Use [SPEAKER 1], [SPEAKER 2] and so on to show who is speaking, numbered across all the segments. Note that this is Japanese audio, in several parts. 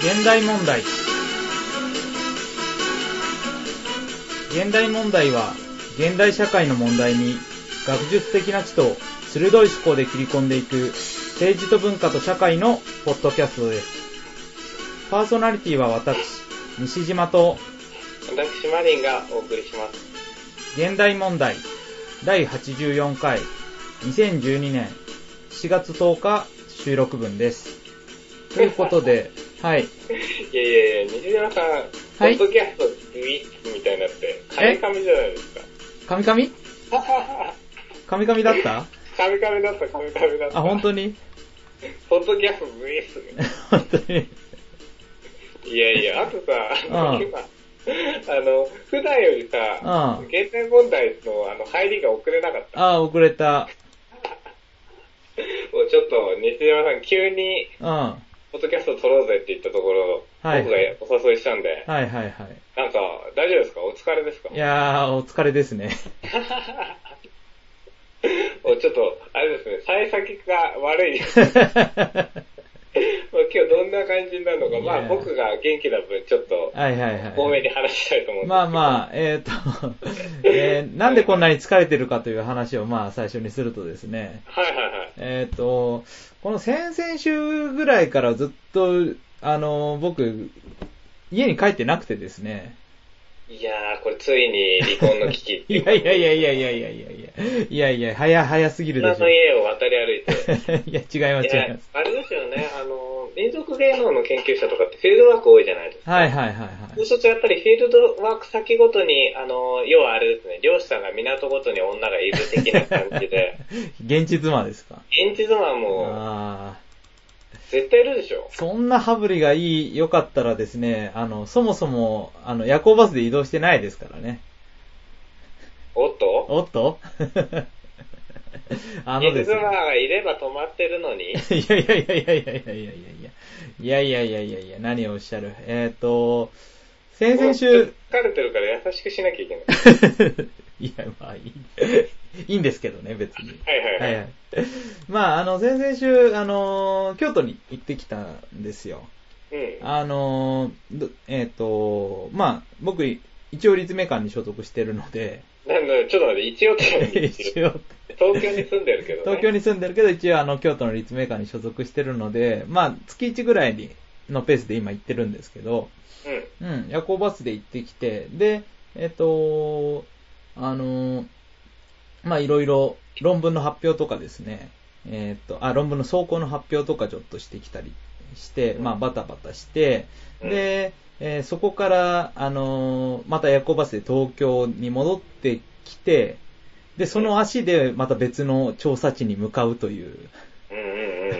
[SPEAKER 1] 現代問題現代問題は現代社会の問題に学術的な知と鋭い思考で切り込んでいく政治と文化と社会のポッドキャストですパーソナリティは私西島と
[SPEAKER 2] 私、マリンがお送りします。
[SPEAKER 1] 現代問題第84回2012年4月10日収録分ですということではい
[SPEAKER 2] いやいやいや、西島さん、
[SPEAKER 1] はい
[SPEAKER 2] ポッドキャストウィークみたいになって、カミカミじゃな いですか。
[SPEAKER 1] カミカミカミカミだった
[SPEAKER 2] カミカミだった、カミカミだった。
[SPEAKER 1] あ本当に
[SPEAKER 2] ポッドキャストウィークみたい
[SPEAKER 1] 本当に
[SPEAKER 2] いやいや、あとさ、あ
[SPEAKER 1] う
[SPEAKER 2] の、
[SPEAKER 1] ん
[SPEAKER 2] 今、あの、普段よりさ、
[SPEAKER 1] うん
[SPEAKER 2] 現代問題のあの入りが遅れなかった。
[SPEAKER 1] ああ、遅れた。
[SPEAKER 2] もうちょっと、西島さん、急に、
[SPEAKER 1] うん。は
[SPEAKER 2] ポッドキャスト撮ろうぜって言ったところ、
[SPEAKER 1] はい
[SPEAKER 2] 僕がお誘いしたんで
[SPEAKER 1] い、はいはい。
[SPEAKER 2] なんか、大丈夫ですかお疲れですか
[SPEAKER 1] いやー、お疲れですね。
[SPEAKER 2] おちょっと、あれですね、幸先が悪い。 まあ今日どんな感じになるのか、
[SPEAKER 1] いや
[SPEAKER 2] まあ僕が元気な分、ちょっと
[SPEAKER 1] はいはいはい。
[SPEAKER 2] 多めに話したいと思うんですけど。
[SPEAKER 1] まあまあ、えー、と、 えーなんでこんなに疲れてるかという話をまあ最初にするとですね、
[SPEAKER 2] はいはいはい。
[SPEAKER 1] えー、と、この先々週ぐらいからずっと、あの、僕、家に帰ってなくてですね、
[SPEAKER 2] いやー、これついに離婚の危機って
[SPEAKER 1] い
[SPEAKER 2] いう
[SPEAKER 1] やいやいやいやいやいやいやいや、いやいや、早、早すぎるで
[SPEAKER 2] 女
[SPEAKER 1] しょ
[SPEAKER 2] の。家を渡り歩いて。
[SPEAKER 1] いや、 違います
[SPEAKER 2] い
[SPEAKER 1] 違い
[SPEAKER 2] や
[SPEAKER 1] ます。、
[SPEAKER 2] あれですよね、あの、民族芸能の研究者とかってフィールドワーク多いじゃないですか。
[SPEAKER 1] はいはいはい
[SPEAKER 2] そうするとやっぱりフィールドワーク先ごとに、あの、要はあれですね、漁師さんが港ごとに女がいる的な感じ で、
[SPEAKER 1] はい。現地妻ですか。
[SPEAKER 2] 現地妻も
[SPEAKER 1] あー
[SPEAKER 2] 絶対いるでしょ。
[SPEAKER 1] そんな羽振りがいい、良かったらですね、あの、そもそも、あの、夜行バスで移動してないですからね。
[SPEAKER 2] おっと
[SPEAKER 1] おっと あの
[SPEAKER 2] 現
[SPEAKER 1] で
[SPEAKER 2] 地
[SPEAKER 1] す
[SPEAKER 2] 妻
[SPEAKER 1] ね。
[SPEAKER 2] がいれば止まってるの
[SPEAKER 1] い
[SPEAKER 2] に、
[SPEAKER 1] やいやいやいやいやいやいやいやいやいやいやいやいや、何をおっしゃる。えっ、と、先々週、
[SPEAKER 2] 疲れてるから優しくしなきゃいけない。
[SPEAKER 1] いや、まあいい。 いいんですけどね、別に。
[SPEAKER 2] はいはいは。
[SPEAKER 1] はいいはい。まあ、あの、先々週、あの、京都に行ってきたんですよ。
[SPEAKER 2] うん。
[SPEAKER 1] あのーどえっ、と、まあ、僕、一応立命館に所属してるので、
[SPEAKER 2] なんだ、ちょっと待って、一応って
[SPEAKER 1] 一応、
[SPEAKER 2] 東京に住んでるけど、ね。
[SPEAKER 1] 東京
[SPEAKER 2] に。
[SPEAKER 1] に住んでるけど、一応あの、京都の立命館に所属してるので、まあ、月1ぐらいにのペースで今行ってるんですけど、
[SPEAKER 2] うん。
[SPEAKER 1] うん、夜行バスで行ってきて、で、えっ、と、あのーまあ、いろいろ論文の発表とかですね、えっ、と、あ、論文の走行の発表とかちょっとしてきたりして、まあ、バタバタして、
[SPEAKER 2] うん
[SPEAKER 1] で、えーそこから、あのーまた夜行バスで東京に戻ってきて、で、その足でまた別の調査地に向かうという。
[SPEAKER 2] うんうんうん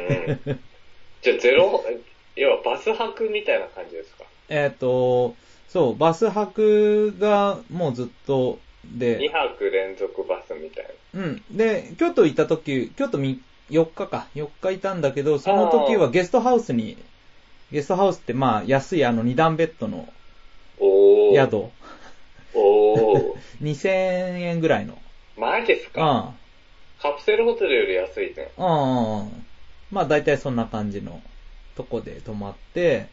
[SPEAKER 2] うん。じゃあ、ゼロ、要はバス泊みたいな感じですか。
[SPEAKER 1] えっ、と、そう、バス泊がもうずっとで、
[SPEAKER 2] 2泊連続バスみたいな。
[SPEAKER 1] うん。で、京都行った時、京都み4日か、4日いたんだけど、その時はゲストハウスに、ゲストハウスってまあ安いあの2段ベッドの
[SPEAKER 2] おー。。
[SPEAKER 1] 宿、
[SPEAKER 2] おー。
[SPEAKER 1] 2000円ぐらいの。
[SPEAKER 2] マジです
[SPEAKER 1] う
[SPEAKER 2] か
[SPEAKER 1] ん。
[SPEAKER 2] カプセルホテルより安いね。
[SPEAKER 1] うんうんうん。まあ大体そんな感じのとこで泊まって、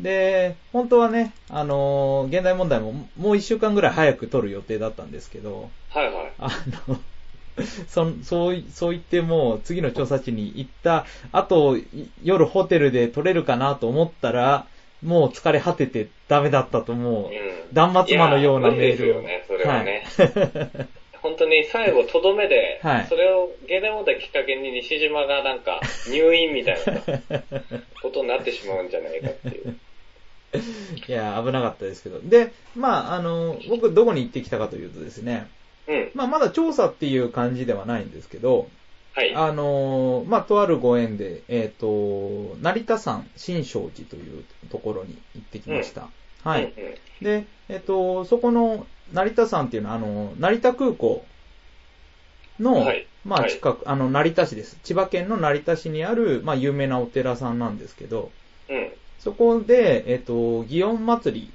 [SPEAKER 1] で、本当はね、あのー現代問題ももう1週間ぐらい早く取る予定だったんですけど、
[SPEAKER 2] はいはい。
[SPEAKER 1] あの、 そそういそう言ってもう次の調査地に行った後、い夜ホテルで取れるかなと思ったら、もう疲れ果ててダメだったともう、
[SPEAKER 2] うん。
[SPEAKER 1] 断末魔のようなメー
[SPEAKER 2] いや
[SPEAKER 1] ル
[SPEAKER 2] 無
[SPEAKER 1] を。
[SPEAKER 2] 理ですよね、それはね。 本当に最後、とどめで、
[SPEAKER 1] はい
[SPEAKER 2] それを芸能問題きっかけに西島がな んか入院みたいなことになってしまうんじゃないかっ ていう。
[SPEAKER 1] いや、危なかったですけど。で、まあ、あの、僕どこに行ってきたかというとですね、
[SPEAKER 2] うん。
[SPEAKER 1] まあ、まだ調査っていう感じではないんですけど、
[SPEAKER 2] はい。
[SPEAKER 1] あのーまあ、とあるご縁で、えっ、と、成田山新勝寺というところに行ってきました。はい。
[SPEAKER 2] うんうん
[SPEAKER 1] で、えっと、そこの成田山っていうのは、あの、成田空港の、
[SPEAKER 2] はい
[SPEAKER 1] まあ
[SPEAKER 2] はい
[SPEAKER 1] 近く、あの、成田市です。千葉県の成田市にある、まあ有名なお寺さんなんですけど、
[SPEAKER 2] うん。
[SPEAKER 1] そこで、えっと、祇園祭り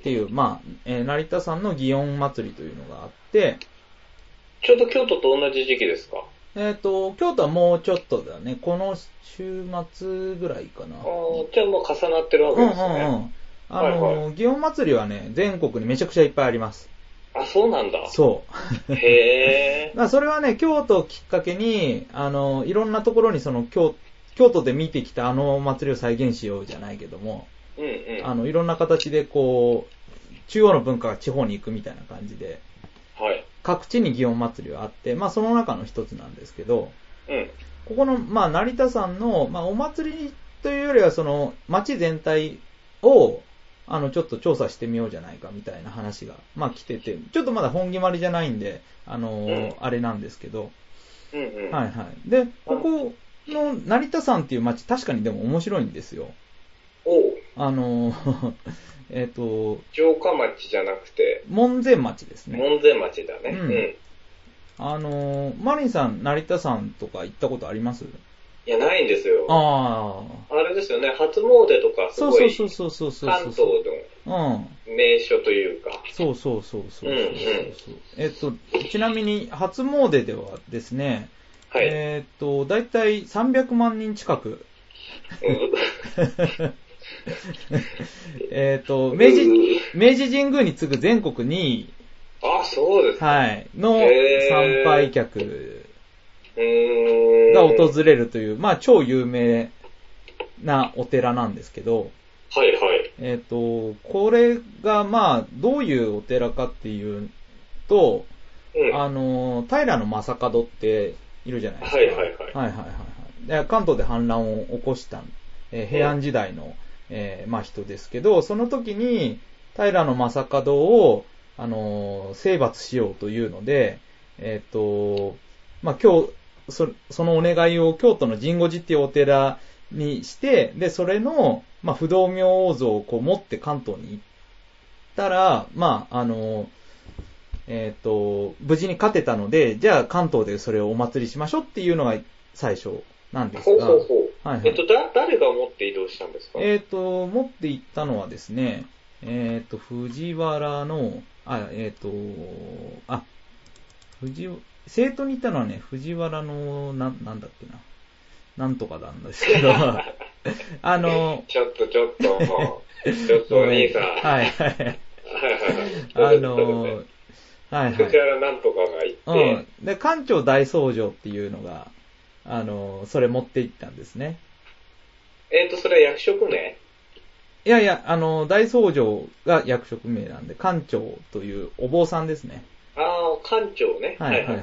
[SPEAKER 1] っていう、まあ、えー成田山の祇園祭りというのがあって、
[SPEAKER 2] ちょうど京都と同じ時期ですか
[SPEAKER 1] えっ、と、京都はもうちょっとだね。この週末ぐらいかな。
[SPEAKER 2] あーじゃあもう重なってるわ
[SPEAKER 1] う
[SPEAKER 2] け
[SPEAKER 1] んうん
[SPEAKER 2] ですね。
[SPEAKER 1] うん。あの、
[SPEAKER 2] はいは
[SPEAKER 1] 祇園祭りはね、全国にめちゃくちゃいっぱいあります。
[SPEAKER 2] あ、そうなんだ。
[SPEAKER 1] そう。
[SPEAKER 2] へ
[SPEAKER 1] まあそれはね、京都をきっかけに、あの、いろんなところにその京、京都で見てきたあのお祭りを再現しようじゃないけども、
[SPEAKER 2] ー。うんうん。
[SPEAKER 1] あの、いろんな形でこう、中央の文化が地方に行くみたいな感じで、
[SPEAKER 2] はい。
[SPEAKER 1] 各地に祇園祭りはあって、まあその中の一つなんですけど、
[SPEAKER 2] うん。
[SPEAKER 1] ここの、まあ成田山の、まあお祭りというよりはその、街全体を、あの、ちょっと調査してみようじゃないかみたいな話が、まあ来てて、ちょっとまだ本決まりじゃないんで、あの、
[SPEAKER 2] うん
[SPEAKER 1] あれなんですけど、
[SPEAKER 2] うんうん。
[SPEAKER 1] はいはい。で、ここの成田山っていう町、確かにでも面白いんですよ。
[SPEAKER 2] おう
[SPEAKER 1] あの、 えっと、
[SPEAKER 2] 城下町じゃなくて、
[SPEAKER 1] 門前町ですね。
[SPEAKER 2] 門前町だね。
[SPEAKER 1] う
[SPEAKER 2] うんん。
[SPEAKER 1] あの、マリンさん、成田山とか行ったことあります
[SPEAKER 2] いや、ないんですよ。あ
[SPEAKER 1] ああ。
[SPEAKER 2] れですよね、初詣とかす
[SPEAKER 1] そう
[SPEAKER 2] ご
[SPEAKER 1] そう
[SPEAKER 2] い、
[SPEAKER 1] そうそうそうそう。
[SPEAKER 2] 関東の
[SPEAKER 1] うん。
[SPEAKER 2] 名所というか。
[SPEAKER 1] そうそうそうそうそうそう。
[SPEAKER 2] うんうん
[SPEAKER 1] えっと、ちなみに、初詣ではですね、
[SPEAKER 2] はい。
[SPEAKER 1] えっと、だいたい300万人近く、
[SPEAKER 2] うん
[SPEAKER 1] えっと、明治、
[SPEAKER 2] うん
[SPEAKER 1] 明治神宮に次ぐ全国2位
[SPEAKER 2] あ、そうです。
[SPEAKER 1] はい。の
[SPEAKER 2] へ
[SPEAKER 1] 参
[SPEAKER 2] ー
[SPEAKER 1] 拝客
[SPEAKER 2] うーん。
[SPEAKER 1] が訪れるという、まあ超有名なお寺なんですけど、
[SPEAKER 2] はいはい。
[SPEAKER 1] えっ、と、これがまあどういうお寺かっていうと、
[SPEAKER 2] うん。
[SPEAKER 1] あの、平の正門っているじゃないですか。
[SPEAKER 2] はいはいはい
[SPEAKER 1] はいはいはいはいで関東で反乱を起こした、えー平安時代の、えーまあ人ですけど、その時に平の正門を、あのー征伐しようというので、えっ、と、まあ今日、そそのお願いを京都の神護寺っていうお寺にして、で、それの、まあ、不動明王像をこう持って関東に行ったら、まあ、あのーえっ、と、無事に勝てたので、じゃあ関東でそれをお祭りしましょうっていうのが最初なんです
[SPEAKER 2] ほう
[SPEAKER 1] が、
[SPEAKER 2] ほうほう。
[SPEAKER 1] はいはい
[SPEAKER 2] えっと、だ、誰が持って移動したんですか
[SPEAKER 1] えっ、と、持って行ったのはですね、えっ、と、藤原の、あ、えっ、と、あ、藤、生徒に行ったのはね、藤原の、な、なんだっけな、なんとかなんですけ ど、あの、
[SPEAKER 2] ちょっと ちょっと、もうちょっとお兄さん。
[SPEAKER 1] はいはい。
[SPEAKER 2] はいはいは
[SPEAKER 1] あ
[SPEAKER 2] い。
[SPEAKER 1] の、はいはい
[SPEAKER 2] 藤。原なんとかが行って、
[SPEAKER 1] うん。で、館長大僧正っていうのが、あの、それ持って行ったんですね。
[SPEAKER 2] えっと、それは役職名
[SPEAKER 1] いやいや、あの、大僧正が役職名なんで、館長というお坊さんですね。
[SPEAKER 2] ああ、館長ね。
[SPEAKER 1] はいはいはいはい。は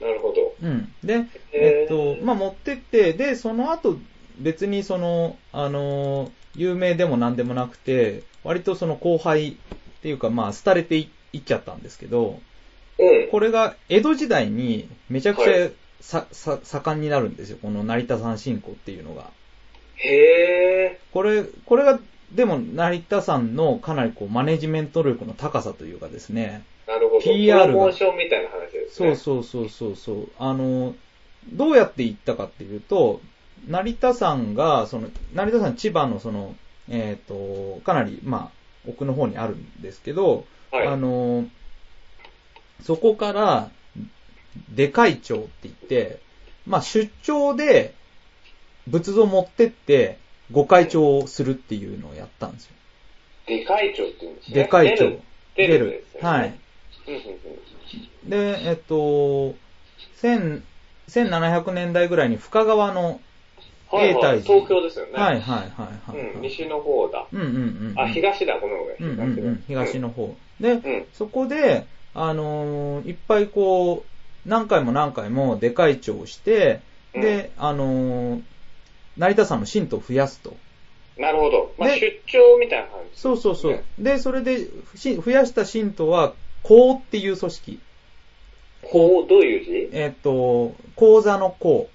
[SPEAKER 1] い。
[SPEAKER 2] なるほど。
[SPEAKER 1] うん。で、え
[SPEAKER 2] へ
[SPEAKER 1] っ
[SPEAKER 2] ー
[SPEAKER 1] と、まあ、持ってって、で、その後、別にその、あの、有名でも何でもなくて、割とその後輩っていうか、まあ、廃れていいっちゃったんですけど、
[SPEAKER 2] うん。
[SPEAKER 1] これが江戸時代にめちゃくちゃ
[SPEAKER 2] は
[SPEAKER 1] さ、さ、盛んになるんですよ。この成田山信仰っていうのが。
[SPEAKER 2] へえ。
[SPEAKER 1] これ、これが、でも成田山のかなりこうマネジメント力の高さというかですね。
[SPEAKER 2] なるほど。
[SPEAKER 1] PR が
[SPEAKER 2] プロモーションみたいな話です
[SPEAKER 1] そ
[SPEAKER 2] ね。
[SPEAKER 1] うそうそうそうそう。あの、どうやって行ったかっていうと、成田山が、その、成田山千葉のその、えっ、と、かなり、まあ、奥の方にあるんですけど、
[SPEAKER 2] はい。
[SPEAKER 1] あ
[SPEAKER 2] はい
[SPEAKER 1] のーそこから、でかい町って言って、まあ、出張で仏像持ってって、ご開帳をするっていうのをやったんですよ。
[SPEAKER 2] でかい長って言うんですね。
[SPEAKER 1] でかい
[SPEAKER 2] 出
[SPEAKER 1] 帳
[SPEAKER 2] る。。出るんですよね
[SPEAKER 1] はい。
[SPEAKER 2] うんうん
[SPEAKER 1] で、えっと、千1700年代ぐらいに深川の、
[SPEAKER 2] うんはい
[SPEAKER 1] 永
[SPEAKER 2] は
[SPEAKER 1] 泰
[SPEAKER 2] い。
[SPEAKER 1] 寺
[SPEAKER 2] 東京ですよね。
[SPEAKER 1] はいはいはいはい、はい
[SPEAKER 2] うん、西の方だ。
[SPEAKER 1] うんうんうんうん。
[SPEAKER 2] あ、東だ、ごめんごめん。
[SPEAKER 1] うんうんうん、東
[SPEAKER 2] の。
[SPEAKER 1] の方。で、
[SPEAKER 2] うん。
[SPEAKER 1] そこで、あのーいっぱいこう、何回も何回もでかい帳をして、で、あのー成田山の信徒を増やすと。
[SPEAKER 2] なるほど。まあ、
[SPEAKER 1] で
[SPEAKER 2] 出張みたいな感じ。
[SPEAKER 1] そうそうそう
[SPEAKER 2] ね。
[SPEAKER 1] で、それで、し増やした信徒は、公っていう組織。
[SPEAKER 2] こう、どういう字
[SPEAKER 1] えっ、と、講座の公、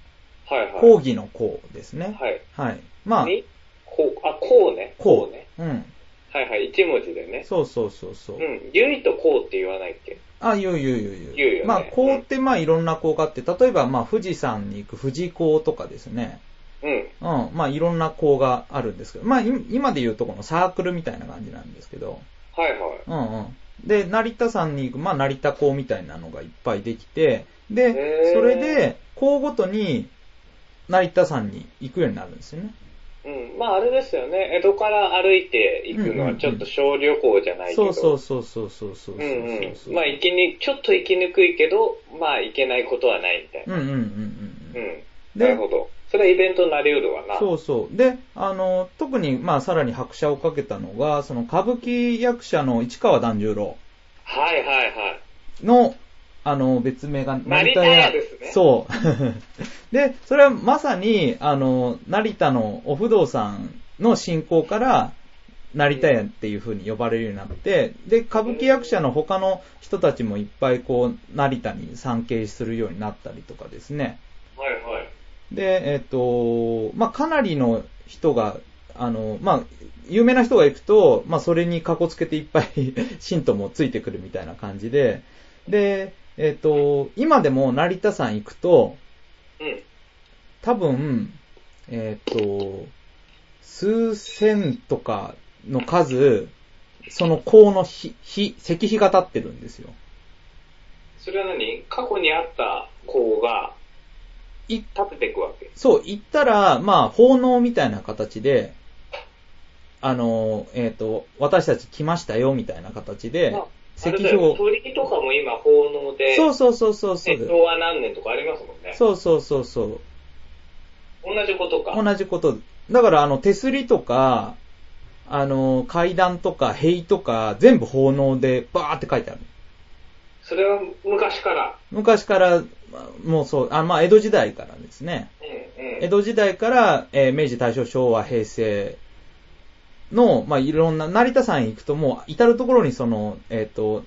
[SPEAKER 2] はいはい。
[SPEAKER 1] 講義の公ですね。
[SPEAKER 2] はい。
[SPEAKER 1] はい。まあ、
[SPEAKER 2] にこう、あ、こうね。
[SPEAKER 1] 公。
[SPEAKER 2] ね。
[SPEAKER 1] うん。
[SPEAKER 2] はいはい、一文字でね。
[SPEAKER 1] そうそうそうそう。
[SPEAKER 2] うん。ゆいとこうって言わないっけ
[SPEAKER 1] あ、言う言う言う
[SPEAKER 2] 言うよね
[SPEAKER 1] まあ、公ってまあいろんな公があって、例えばまあ富士山に行く富士公とかですね。
[SPEAKER 2] うん。
[SPEAKER 1] うん、まあいろんな校があるんですけど、まあい今で言うとこのサークルみたいな感じなんですけど、
[SPEAKER 2] はいは
[SPEAKER 1] うんうん。で、成田山に行く、まあ、成田校みたいなのがいっぱいできて、
[SPEAKER 2] へ
[SPEAKER 1] で、
[SPEAKER 2] ー
[SPEAKER 1] それで、校ごとに、成田山に行くようになるんですよね。
[SPEAKER 2] うん。まああれですよね。江戸から歩いて行くのはちょっと小旅行じゃないけど。
[SPEAKER 1] そうそうそうそうそうそうそうう。
[SPEAKER 2] んうん。まあ、行きに、ちょっと行きにくいけど、まあ、行けないことはないみたい
[SPEAKER 1] うん
[SPEAKER 2] な。
[SPEAKER 1] うんうんうん
[SPEAKER 2] う
[SPEAKER 1] うん。
[SPEAKER 2] ん。
[SPEAKER 1] で
[SPEAKER 2] なるほど。それはイベントになり得るわな。
[SPEAKER 1] そうそう。で、あの、特に、まあ、さらに拍車をかけたのが、その、歌舞伎役者の市川團十郎
[SPEAKER 2] はいはいはい。
[SPEAKER 1] の、あの、別名が、
[SPEAKER 2] 成田屋ですね
[SPEAKER 1] そう。 で、それはまさに、あの、成田のお不動産の信仰から、成田屋っていう風に呼ばれるようになって、で、歌舞伎役者の他の人たちもいっぱいこう、成田に参詣するようになったりとかですね。
[SPEAKER 2] はいはい。
[SPEAKER 1] で、えっ、と、まあ、かなりの人が、あの、まあ、有名な人が行くと、まあ、それにかこつけていっぱい 信徒もついてくるみたいな感じで、で、えっ、と、今でも成田山行くと、
[SPEAKER 2] うん。
[SPEAKER 1] 多分、えっ、と、数千とかの数、その項の日、日、石碑が立ってるんですよ。
[SPEAKER 2] それは何過去にあった子が
[SPEAKER 1] い
[SPEAKER 2] 立てていくわけ。
[SPEAKER 1] そう、行ったら、まあ、奉納みたいな形で、あの、えっ、と、私たち来ましたよ、みたいな形で
[SPEAKER 2] あ、
[SPEAKER 1] 石
[SPEAKER 2] あれだ
[SPEAKER 1] 碑
[SPEAKER 2] よ
[SPEAKER 1] を。
[SPEAKER 2] 鳥居とかも今奉納で、
[SPEAKER 1] そうそうそうそうそう
[SPEAKER 2] ね
[SPEAKER 1] です。
[SPEAKER 2] 昭和何年とかありますもんね。
[SPEAKER 1] そうそうそうそう。
[SPEAKER 2] 同じことか。
[SPEAKER 1] 同じこと。だから、あの、手すりとか、あの、階段とか、塀とか、全部奉納で、バーって書いてある。
[SPEAKER 2] それは昔から。
[SPEAKER 1] 昔から、まあもうそう、あ、まあ、江戸時代からですね。
[SPEAKER 2] うんうん。
[SPEAKER 1] 江戸時代から、えー明治、大正、昭和、平成の、まあ、いろんな、成田山行くともう、至るところにその、えっ、と、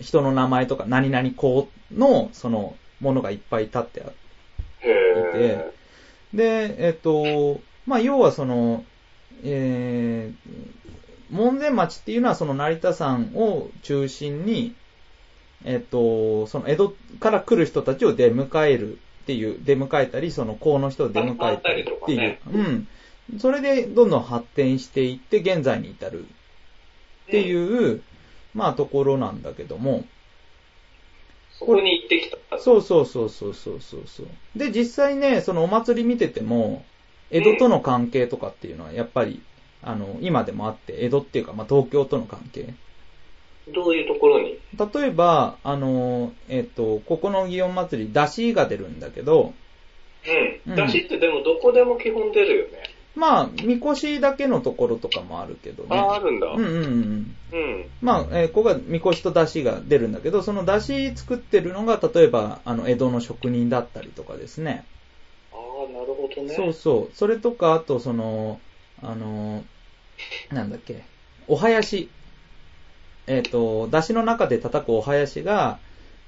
[SPEAKER 1] 人の名前とか、何々校の、その、ものがいっぱい立ってある。
[SPEAKER 2] へー
[SPEAKER 1] で、えっ、と、まあ、要はその、えー、門前町っていうのはその成田山を中心に、えっ、と、その江戸から来る人たちを出迎えるっていう、出迎えたり、その港の人を出迎えたりってい
[SPEAKER 2] 回っ
[SPEAKER 1] う
[SPEAKER 2] た。
[SPEAKER 1] うん。それでどんどん発展していって、現在に至るっていうう、
[SPEAKER 2] ん。
[SPEAKER 1] まあ、ところなんだけども、
[SPEAKER 2] そこに行ってきた。
[SPEAKER 1] そうそうそうそうそうそうそう。で、実際ね、そのお祭り見てても、江戸との関係とかっていうのはやっぱり、あの、今でもあって、江戸っていうか、まあ、東京との関係。
[SPEAKER 2] どういうところに
[SPEAKER 1] 例えば、あの、えっ、と、ここの祇園祭り、出汁が出るんだけど、
[SPEAKER 2] う。
[SPEAKER 1] うんん
[SPEAKER 2] だしってでもどこでも基本出るよね。
[SPEAKER 1] まあ、みこしだけのところとかもあるけどね。
[SPEAKER 2] ああ、あるんだ。
[SPEAKER 1] うんうんうん。
[SPEAKER 2] うん。
[SPEAKER 1] まあ、えーここがみこしと出汁が出るんだけど、その出汁作ってるのが、例えば、あの、江戸の職人だったりとかですね。
[SPEAKER 2] ああ、なるほどね。
[SPEAKER 1] そうそう。それとか、あと、その、あの、なんだっけ、お囃子。えっ、と、出汁の中で叩くお囃子が、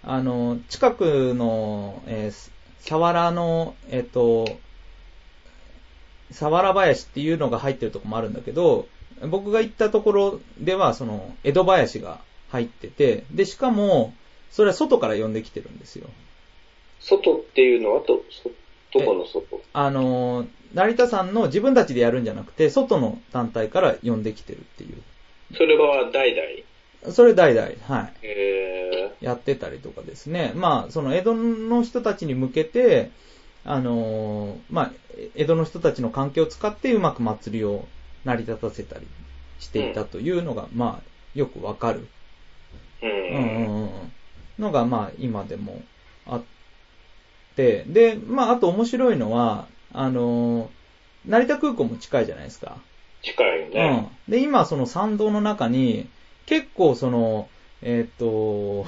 [SPEAKER 1] あの、近くの、えー、サワラの、えっ、と、サワラ林っていうのが入ってるとこもあるんだけど、僕が行ったところでは、その、江戸林が入ってて、で、しかも、それは外から呼んできてるんですよ。
[SPEAKER 2] 外っていうのは、と、そ、どこの外
[SPEAKER 1] あのー、成田さんの自分たちでやるんじゃなくて、外の団体から呼んできてるってい
[SPEAKER 2] それは代々。
[SPEAKER 1] う。それ代々、はい。
[SPEAKER 2] へ
[SPEAKER 1] やってたりとかですね。まあ、その江戸の人たちに向けて、あのー、まあ、江戸の人たちの関係を使ってうまく祭りを成り立たせたりしていたというのが、まあ、よくわかる。
[SPEAKER 2] え。う
[SPEAKER 1] うんうん
[SPEAKER 2] ん。
[SPEAKER 1] うんうんのが、まあ、今でもあって、で、まあ、あと面白いのは、あのー成田空港も近いじゃないですか。
[SPEAKER 2] 近いよね。
[SPEAKER 1] うん。で、今、その参道の中に、結構、その、えーっと、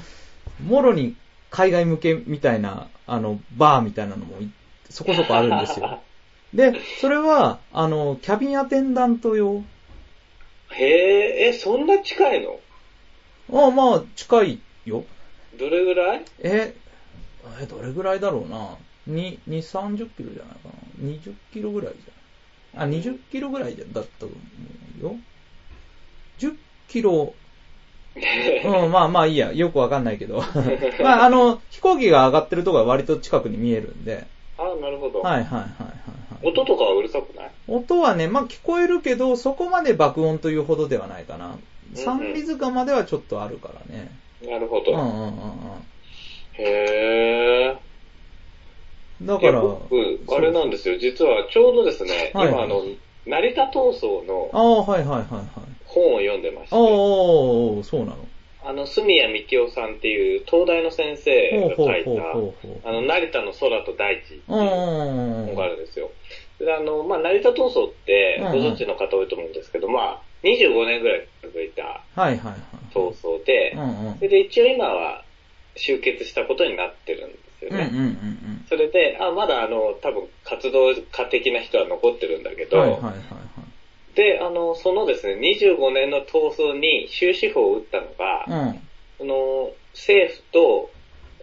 [SPEAKER 1] もろに海外向けみたいな、あの、バーみたいなのもい、そこそこあるんです よ。で、それは、あの、キャビンアテンダント用。
[SPEAKER 2] へえ、え、そんな近いの
[SPEAKER 1] あまあ、近いよ。
[SPEAKER 2] どれぐらい
[SPEAKER 1] え、え、どれぐらいだろうな。に、2、30キロじゃないかな。20キロぐらいじゃない。あ、20キロぐらいじゃだったと思うよ。10キロ、 うん、まあまあいいや。よくわかんないけど。まあ、あの、飛行機が上がってるとこは割と近くに見えるんで。
[SPEAKER 2] ああ、なるほど。
[SPEAKER 1] はいはいはいはい、はい。
[SPEAKER 2] 音とかはうるさくない
[SPEAKER 1] 音はね、まあ聞こえるけど、そこまで爆音というほどではないかな。三里塚まではちょっとあるからね。
[SPEAKER 2] なるほ
[SPEAKER 1] う
[SPEAKER 2] ど。
[SPEAKER 1] んうんうんうん。
[SPEAKER 2] へー。
[SPEAKER 1] だ
[SPEAKER 2] い
[SPEAKER 1] か
[SPEAKER 2] や
[SPEAKER 1] ら、
[SPEAKER 2] 僕、あれなんですよ。実は、ちょうどですね、
[SPEAKER 1] はい
[SPEAKER 2] 今、あの、成田闘争
[SPEAKER 1] あ
[SPEAKER 2] の
[SPEAKER 1] あ、はいはいはいはい。
[SPEAKER 2] 本を読んでまし
[SPEAKER 1] ああ、
[SPEAKER 2] て、
[SPEAKER 1] そうなの。
[SPEAKER 2] あの、住谷幹夫さんっていう東大の先
[SPEAKER 1] ほ
[SPEAKER 2] 生
[SPEAKER 1] う
[SPEAKER 2] が
[SPEAKER 1] ほう
[SPEAKER 2] 書い
[SPEAKER 1] ほうほうほ。
[SPEAKER 2] た、あの、成田の空と大地っていう
[SPEAKER 1] うんう
[SPEAKER 2] う
[SPEAKER 1] んうん
[SPEAKER 2] 本があるんですよ。で、あの、まあ、成田闘争って、
[SPEAKER 1] うん
[SPEAKER 2] ご
[SPEAKER 1] うん
[SPEAKER 2] 存知の方多いと思うんですけど、まあ、25年ぐらい続いた
[SPEAKER 1] はいはいはい。
[SPEAKER 2] 闘争で
[SPEAKER 1] うん、うん。
[SPEAKER 2] それで一応今は終結したことになってるんですよ
[SPEAKER 1] うん
[SPEAKER 2] ね。
[SPEAKER 1] うんうん
[SPEAKER 2] それで、あ、まだあの、多分活動家的な人は残ってるんだけ
[SPEAKER 1] うん。
[SPEAKER 2] ど、
[SPEAKER 1] はいはいはいはい。
[SPEAKER 2] で、あの、そのですね、25年の闘争に終止符を打ったのが、
[SPEAKER 1] うん。はい
[SPEAKER 2] その、政府と、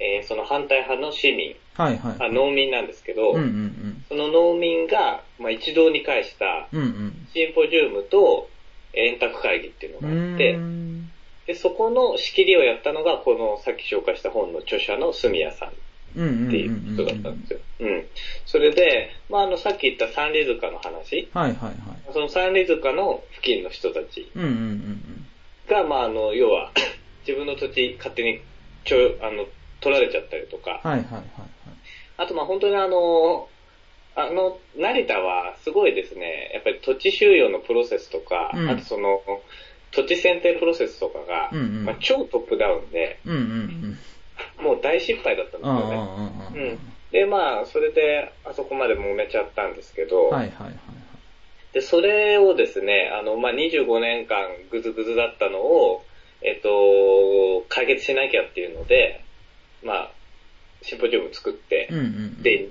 [SPEAKER 2] えーその反対派の市民、
[SPEAKER 1] はい。
[SPEAKER 2] あ農民なんですけ
[SPEAKER 1] う
[SPEAKER 2] ど、
[SPEAKER 1] んうんうん。
[SPEAKER 2] その農民が、まあ、一堂に会した
[SPEAKER 1] うんうん。
[SPEAKER 2] シンポジウムと円卓会議っていう
[SPEAKER 1] う
[SPEAKER 2] のがあっ
[SPEAKER 1] ー
[SPEAKER 2] て、
[SPEAKER 1] ん
[SPEAKER 2] で、そこの仕切りをやったのが、このさっき紹介した本の著者の住谷さん
[SPEAKER 1] うんうんうん
[SPEAKER 2] っていう人だった
[SPEAKER 1] うんん
[SPEAKER 2] ですよ。うん。それで、まあ、あの、さっき言った三里塚の話、
[SPEAKER 1] はいはいはい。
[SPEAKER 2] その三里塚の付近の人たち
[SPEAKER 1] うんうんうん
[SPEAKER 2] が、まあ、あの、要は、 自分の土地勝手に、ちょ、あの、取られちゃったりと
[SPEAKER 1] うん。
[SPEAKER 2] か、
[SPEAKER 1] はいはいはいはい。
[SPEAKER 2] あと、まあ、本当にあの、あの、成田はすごいですね、やっぱり土地収容のプロセスとか、
[SPEAKER 1] うん
[SPEAKER 2] あとその、土地選定プロセスとかが、
[SPEAKER 1] うんうん
[SPEAKER 2] まあ、超トップダウンで、
[SPEAKER 1] うんうん
[SPEAKER 2] もう大失敗だったん
[SPEAKER 1] うん。
[SPEAKER 2] です
[SPEAKER 1] ああ
[SPEAKER 2] よね。
[SPEAKER 1] ああああ
[SPEAKER 2] うん。で、まあ、それで、あそこまで揉めちゃったんですけ
[SPEAKER 1] は
[SPEAKER 2] ど、
[SPEAKER 1] いはいはいはい。
[SPEAKER 2] で、それをですね、あの、まあ、25年間ぐずぐずだったのを、えっと、解決しなきゃっていうので、まあ、シンポジウム作って
[SPEAKER 1] うん、うん。
[SPEAKER 2] で、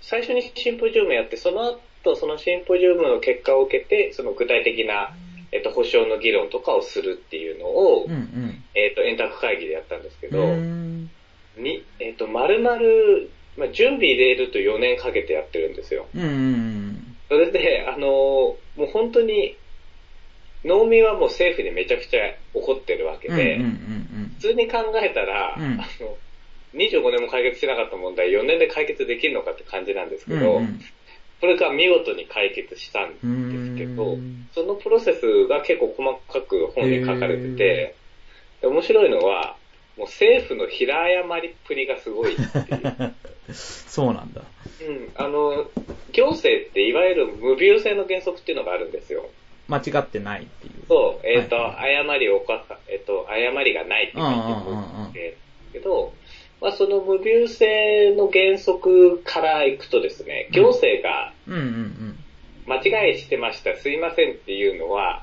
[SPEAKER 2] 最初にシンポジウムやって、その後、そのシンポジウムの結果を受けて、その具体的な、えっと、保障の議論とかをするっていうのを、
[SPEAKER 1] うんうん。
[SPEAKER 2] えっと、円卓会議でやったんですけ
[SPEAKER 1] う
[SPEAKER 2] ど、
[SPEAKER 1] ーん
[SPEAKER 2] に、えっと、丸々、まあ、準備入れると4年かけてやってるんですよ。
[SPEAKER 1] うんうん
[SPEAKER 2] それで、あのーもう本当に、農民はもう政府にめちゃくちゃ怒ってるわけ
[SPEAKER 1] うん。うんうん
[SPEAKER 2] で、
[SPEAKER 1] うん
[SPEAKER 2] 普通に考えたら、
[SPEAKER 1] うん
[SPEAKER 2] あの、25年も解決しなかった問題、4年で解決できるのかって感じなんです
[SPEAKER 1] うん。
[SPEAKER 2] けど、
[SPEAKER 1] うんうん
[SPEAKER 2] これが見事に解決したん
[SPEAKER 1] うーん
[SPEAKER 2] ですけど、そのプロセスが結構細かく本に書かれてて、で面白いのは、もう政府の平誤りっぷりがすごいって いう。
[SPEAKER 1] そうなんだ。
[SPEAKER 2] うん、あの、行政っていわゆる無病性の原則っていうのがあるんですよ。
[SPEAKER 1] 間違ってないっていう。
[SPEAKER 2] そう、えっ、と、
[SPEAKER 1] は
[SPEAKER 2] 誤りを犯った、えっ、と、誤りがないって書いてるんですけど、まあ、その無病性の原則からいくとですね、行政が
[SPEAKER 1] うんうんうん。
[SPEAKER 2] 間違いしてました、すいませんっていうのは、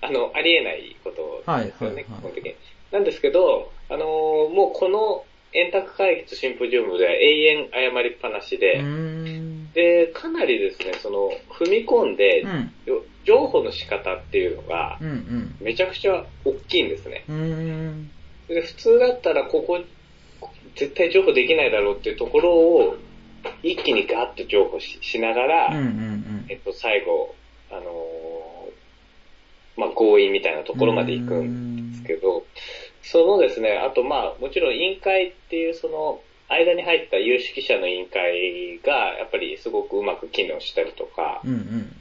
[SPEAKER 2] あの、ありえないことですよ
[SPEAKER 1] はいは
[SPEAKER 2] ね、
[SPEAKER 1] いはい
[SPEAKER 2] 基本的に。なんですけど、あのーもうこの円卓会議とシンポジウムでは永遠誤りっぱなしで、
[SPEAKER 1] うーん
[SPEAKER 2] で、かなりですね、その、踏み込んで
[SPEAKER 1] う、ん
[SPEAKER 2] よ譲歩の仕方っていうのが
[SPEAKER 1] う、ん
[SPEAKER 2] めちゃくちゃ大きいんですね。
[SPEAKER 1] うん。うーん。
[SPEAKER 2] で普通だったら、ここ、絶対譲歩できないだろうっていうところを、一気にガッと譲歩ししながら、
[SPEAKER 1] うんうんうん
[SPEAKER 2] え。っと、最後、あのーまあ、合意みたいなところまで行くんですけど、そのですね、あとまあ、もちろん委員会っていうその、間に入った有識者の委員会が、やっぱりすごくうまく機能したりとか、
[SPEAKER 1] うんうん。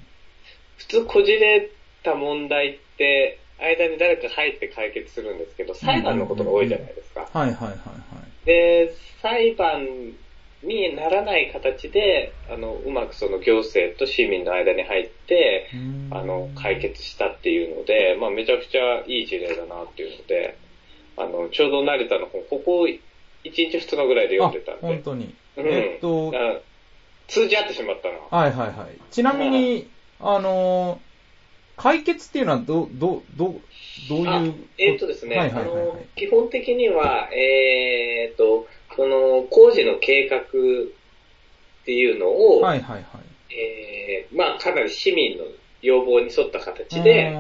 [SPEAKER 2] 普通こじれた問題って、間に誰か入って解決するんですけど、裁判のことが多いじゃないですか。
[SPEAKER 1] はいはいはいはい。
[SPEAKER 2] で、裁判にならない形で、あの、うまくその行政と市民の間に入って、
[SPEAKER 1] うーん
[SPEAKER 2] あの、解。決したっていうので、まあめちゃくちゃいい事例だなっていうので、あの、ちょうど成田の本、ここ1日2日ぐらいで読んでた
[SPEAKER 1] あ本
[SPEAKER 2] んで、
[SPEAKER 1] 当に。
[SPEAKER 2] うん
[SPEAKER 1] えっと、
[SPEAKER 2] あ通じ合ってしまったな。
[SPEAKER 1] はいはいはい。ちなみに、あのー、解決っていうのはど、ど、ど、どう
[SPEAKER 2] あ
[SPEAKER 1] いう。
[SPEAKER 2] えっ、とですね、
[SPEAKER 1] はいはいはいはい
[SPEAKER 2] あの、基本的には、えっ、と、その、工事の計画っていうのを、
[SPEAKER 1] はいはいはい。
[SPEAKER 2] えーまあかなり市民の要望に沿った形で、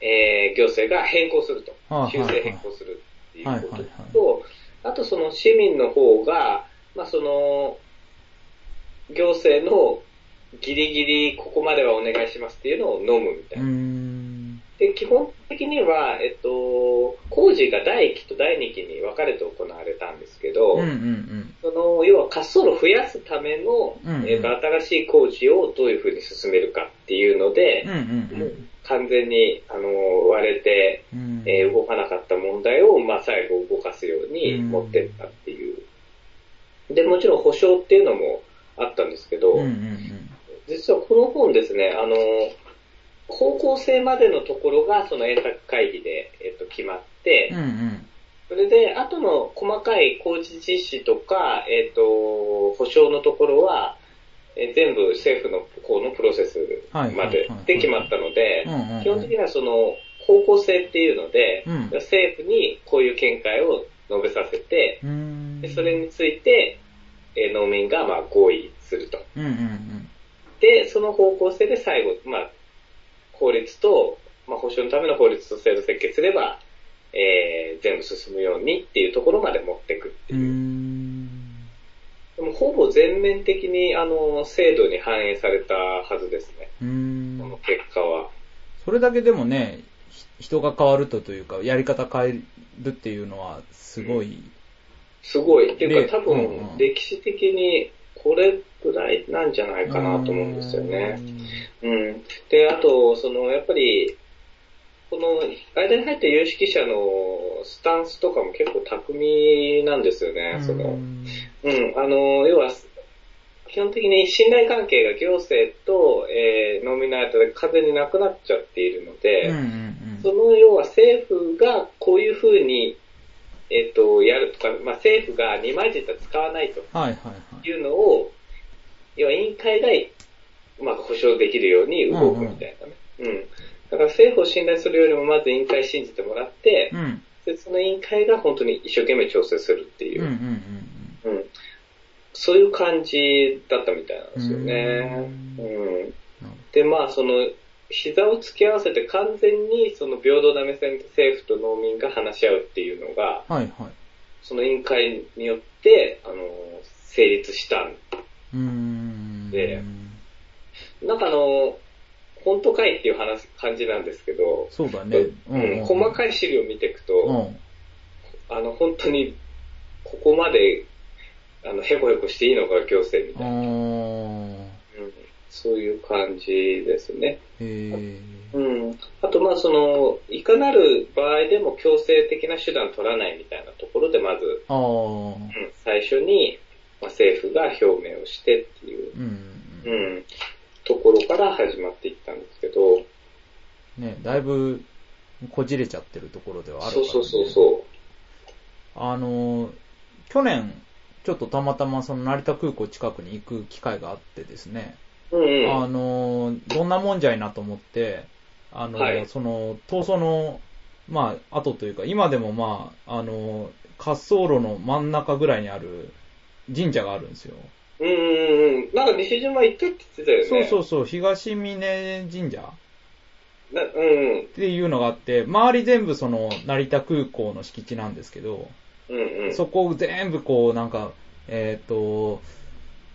[SPEAKER 2] えー行政が変更すると。
[SPEAKER 1] あー、はい
[SPEAKER 2] 修
[SPEAKER 1] はい
[SPEAKER 2] 正
[SPEAKER 1] は
[SPEAKER 2] 変
[SPEAKER 1] い。
[SPEAKER 2] 更するっていう
[SPEAKER 1] はい
[SPEAKER 2] こ
[SPEAKER 1] はいはい
[SPEAKER 2] とと、あとその市民の方が、まあその、行政のギリギリここまではお願いしますっていうのを飲むみたいう
[SPEAKER 1] ー
[SPEAKER 2] な。
[SPEAKER 1] ん。
[SPEAKER 2] で、基本的には、えっと、工事が第1期と第2期に分かれて行われたんですけど、
[SPEAKER 1] うんうんうん。
[SPEAKER 2] その、要は滑走路を増やすための、
[SPEAKER 1] うんうん
[SPEAKER 2] えっと、新しい工事をどういうふうに進めるかっていうので
[SPEAKER 1] うん、うん
[SPEAKER 2] もう完全に、あの、割れて、
[SPEAKER 1] うん。うん
[SPEAKER 2] えー動かなかった問題を、まあ、最後動かすように持ってったっていう。で、もちろん保証っていうのもあったんですけど、
[SPEAKER 1] うんうん
[SPEAKER 2] 実はこの本ですね、あの、高校生までのところがその円卓会議で、えっと、決まって、
[SPEAKER 1] うん。うんうん。
[SPEAKER 2] それで、あとの細かい工事実施とか、えっ、と、保証のところは、えー全部政府のこのプロセス
[SPEAKER 1] はい
[SPEAKER 2] ま
[SPEAKER 1] は
[SPEAKER 2] で
[SPEAKER 1] いはい
[SPEAKER 2] で決まったので
[SPEAKER 1] うん、うんうん
[SPEAKER 2] 基本的にはその方向性っていうので、
[SPEAKER 1] うん
[SPEAKER 2] 政府にこういう見解を述べさせて、
[SPEAKER 1] うーん。
[SPEAKER 2] でそれについて、えー農民がまあ合意すると。
[SPEAKER 1] うんうんうん。
[SPEAKER 2] で、その方向性で最後、まあ、法律と、まあ、保障のための法律と制度設計すれば、えー、全部進むようにっていうところまで持っていくって
[SPEAKER 1] うー
[SPEAKER 2] いう。
[SPEAKER 1] ん。
[SPEAKER 2] でもほぼ全面的に、あの、制度に反映されたはずですね。
[SPEAKER 1] うー
[SPEAKER 2] この
[SPEAKER 1] ん。
[SPEAKER 2] 結果は。
[SPEAKER 1] それだけでもね、ひ人が変わるとというか、やり方変えるっていうのは、すごい。
[SPEAKER 2] すごい。っていうか
[SPEAKER 1] ね
[SPEAKER 2] 多
[SPEAKER 1] うんうん
[SPEAKER 2] 分、歴史的にこれぐらいなんじゃないかなと思うんですよね。うん。で、あと、その、やっぱり、この、間に入った有識者のスタンスとかも結構巧みなんですよ
[SPEAKER 1] う
[SPEAKER 2] ね。
[SPEAKER 1] ん。
[SPEAKER 2] その
[SPEAKER 1] う、ん
[SPEAKER 2] うん、あの、要は、基本的に信頼関係が行政と、えー、農民の間で完全になくなっちゃっているので、
[SPEAKER 1] うんうん
[SPEAKER 2] その要は政府がこういうふうに、えっ、と、やるとか、まあ、政府が二枚舌使わないと
[SPEAKER 1] はいはいはい。
[SPEAKER 2] いうのを、要は委員会が、まあ、保障できるように動くみたいなね。うん、だから政府を信頼するよりも、まず委員会信じてもらって
[SPEAKER 1] う、ん。
[SPEAKER 2] でその委員会が本当に一生懸命調整するってい
[SPEAKER 1] うんうん
[SPEAKER 2] う、
[SPEAKER 1] うん。
[SPEAKER 2] うん。そういう感じだったみたいなんですよね。
[SPEAKER 1] う
[SPEAKER 2] う
[SPEAKER 1] な
[SPEAKER 2] ん。
[SPEAKER 1] る
[SPEAKER 2] で、まあ、その、膝を突き合わせて完全にその平等な目線で政府と農民が話し合うっていうのが、
[SPEAKER 1] はいはい。
[SPEAKER 2] その委員会によって、あの、成立した
[SPEAKER 1] うーん。
[SPEAKER 2] でなんかあの、本当かいっていう話、感じなんですけど、
[SPEAKER 1] そうだね。
[SPEAKER 2] うん細かい資料見ていくと、
[SPEAKER 1] うん。
[SPEAKER 2] あの、本当に、ここまで、あの、ヘコヘコしていいのか、行政み
[SPEAKER 1] あ
[SPEAKER 2] たいな、
[SPEAKER 1] ー。
[SPEAKER 2] うんそういう感じですね。
[SPEAKER 1] へー。
[SPEAKER 2] うん。あと、まあ、その、いかなる場合でも強制的な手段取らないみたいなところで、まず、
[SPEAKER 1] あー。
[SPEAKER 2] うん最初に、まあ、政府が表明をしてっていう、
[SPEAKER 1] うんうん
[SPEAKER 2] う。ん、ところから始まっていったんですけど、
[SPEAKER 1] ね、だいぶこじれちゃってるところではあるから、
[SPEAKER 2] そう
[SPEAKER 1] ね。
[SPEAKER 2] そうそうそう。
[SPEAKER 1] あの、去年、ちょっとたまたまその成田空港近くに行く機会があってですね、
[SPEAKER 2] うんうん。
[SPEAKER 1] あの、どんなもんじゃいなと思って、あの、
[SPEAKER 2] はい
[SPEAKER 1] その、闘争の、まあ、後というか、今でもまあ、あの、滑走路の真ん中ぐらいにある神社があるんですよ。
[SPEAKER 2] うんうんうん。なんか西島行ったって言ってた
[SPEAKER 1] そ
[SPEAKER 2] よ
[SPEAKER 1] う
[SPEAKER 2] ね。
[SPEAKER 1] そううそう、東峰神社
[SPEAKER 2] そう。なうん
[SPEAKER 1] っていうのがあって、周り全部その、成田空港の敷地なんですけど、
[SPEAKER 2] うん。うんうん。
[SPEAKER 1] そこを全部こう、なんか、えっ、と、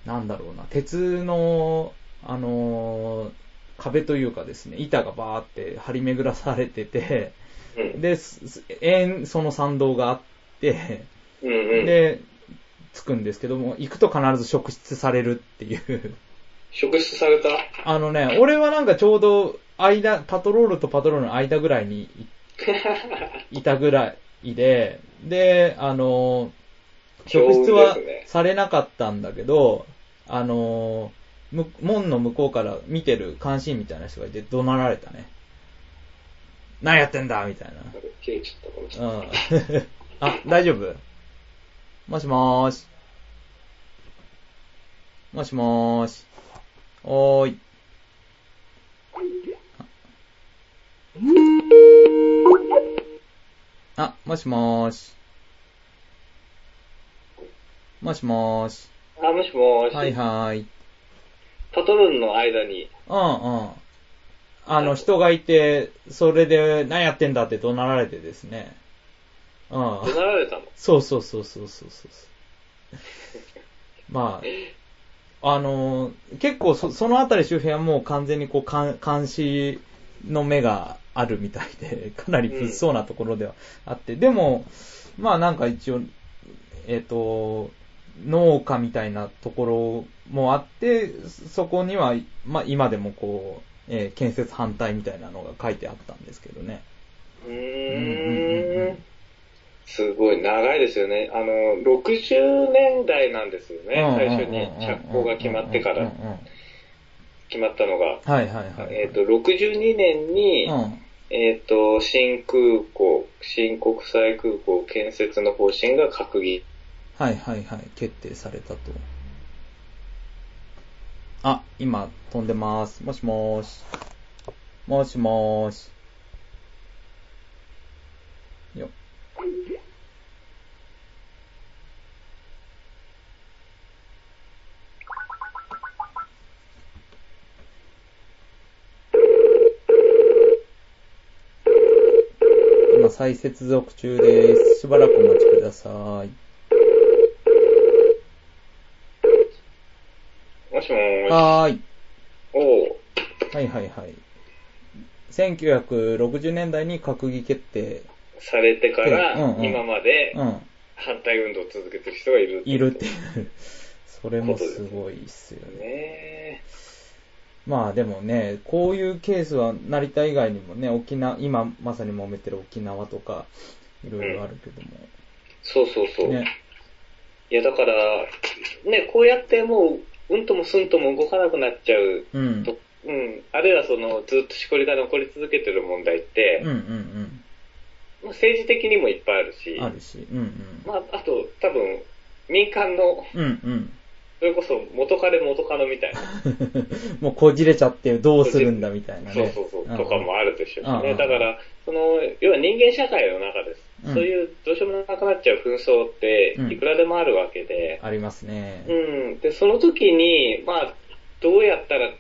[SPEAKER 1] なんだろうな、鉄の、あのー壁というかですね、板がバーって張り巡らされてて、
[SPEAKER 2] うん
[SPEAKER 1] で、すす円、その参道があって、
[SPEAKER 2] うんうん。
[SPEAKER 1] で、着くんですけども、行くと必ず職質されるっていう。
[SPEAKER 2] 職質された
[SPEAKER 1] あのね、俺はなんかちょうど、間、パトロールとパトロールの間ぐらいにいいたぐらいで、で、あの、職質は
[SPEAKER 2] 強運ですね
[SPEAKER 1] されなかったんだけど、あの、む門の向こうから見てる監視員みたいな人がいて怒鳴られたね。何やってんだみたい
[SPEAKER 2] なんか切れちゃったかもしれ
[SPEAKER 1] な。
[SPEAKER 2] な
[SPEAKER 1] う
[SPEAKER 2] い。
[SPEAKER 1] ん。あ、大丈夫もしもーし。もしもーし。おーい。あ、もしもーし。もしもーし。
[SPEAKER 2] あ、もしもし、
[SPEAKER 1] はいはい。うん
[SPEAKER 2] パトロールの間に、
[SPEAKER 1] うん。あの、人がいて、それで、何やってんだって怒鳴られてですね。うん
[SPEAKER 2] 怒。鳴られたの。
[SPEAKER 1] そうそうそうそうそうそう。まあ、あのー結構そそのあたり周辺はもう完全にこう監監視の目があるみたいで、かなり物騒なところではあって、でも、まあなんか一応、えっ、と、農家みたいなところもあって、そこには、まあ今でもこう、えー建設反対みたいなのが書いてあったんですけどね。
[SPEAKER 2] う
[SPEAKER 1] うんうんう
[SPEAKER 2] ー
[SPEAKER 1] ん
[SPEAKER 2] ん。すごい長いですよね。あの、60年代なんですよね。最初に着工が決まってか
[SPEAKER 1] うん
[SPEAKER 2] ら
[SPEAKER 1] うん、うんうん
[SPEAKER 2] 決まったのが。
[SPEAKER 1] はいはいはい。
[SPEAKER 2] えっ、と、62年に、
[SPEAKER 1] うん。
[SPEAKER 2] えっ、と、新空港、新国際空港建設の方針が閣議。
[SPEAKER 1] はいはいはい。決定されたと。あ、今飛んでます。もしもーし。もしもーし。よっ。今再接続中です。しばらくお待ちください。
[SPEAKER 2] もしもーし。
[SPEAKER 1] はーい。
[SPEAKER 2] おお。
[SPEAKER 1] はいはいはい。1960年代に閣議決定、
[SPEAKER 2] されてから、
[SPEAKER 1] うんうん
[SPEAKER 2] 今まで
[SPEAKER 1] うん、
[SPEAKER 2] 反対運動を続けてる人がいる
[SPEAKER 1] いるって
[SPEAKER 2] ね
[SPEAKER 1] いう。それもすごいっすよね。
[SPEAKER 2] え。
[SPEAKER 1] まあでもね、こういうケースは成田以外にもね、沖縄、今まさに揉めてる沖縄とか、いろいろあるけども。
[SPEAKER 2] そうそうそう。
[SPEAKER 1] ね。
[SPEAKER 2] いや、だから、ね、こうやってもう、うんともすんとも動かなくなっちゃう
[SPEAKER 1] うん。
[SPEAKER 2] と、うん、あるいはその、ずっとしこりが残り続けてる問題って、
[SPEAKER 1] うんうん
[SPEAKER 2] まあ政治的にもいっぱいあるし、
[SPEAKER 1] うん。あるし。うんうん。
[SPEAKER 2] まあ、あと、多分、民間の、
[SPEAKER 1] うんうん。
[SPEAKER 2] それこそ元彼元カノみたいな、
[SPEAKER 1] もうこじれちゃってどうするんだみたいなね。
[SPEAKER 2] そうそうそう、とかもあるでしょうし
[SPEAKER 1] うんう
[SPEAKER 2] ね。
[SPEAKER 1] ん
[SPEAKER 2] だから、その、要は人間社会の中です。
[SPEAKER 1] うん
[SPEAKER 2] そういう、どうしようもなくなっちゃう紛争って
[SPEAKER 1] うん、
[SPEAKER 2] いくらでもあるわけで、
[SPEAKER 1] ありますね。
[SPEAKER 2] うん、で、その時に、まあ、どうやったら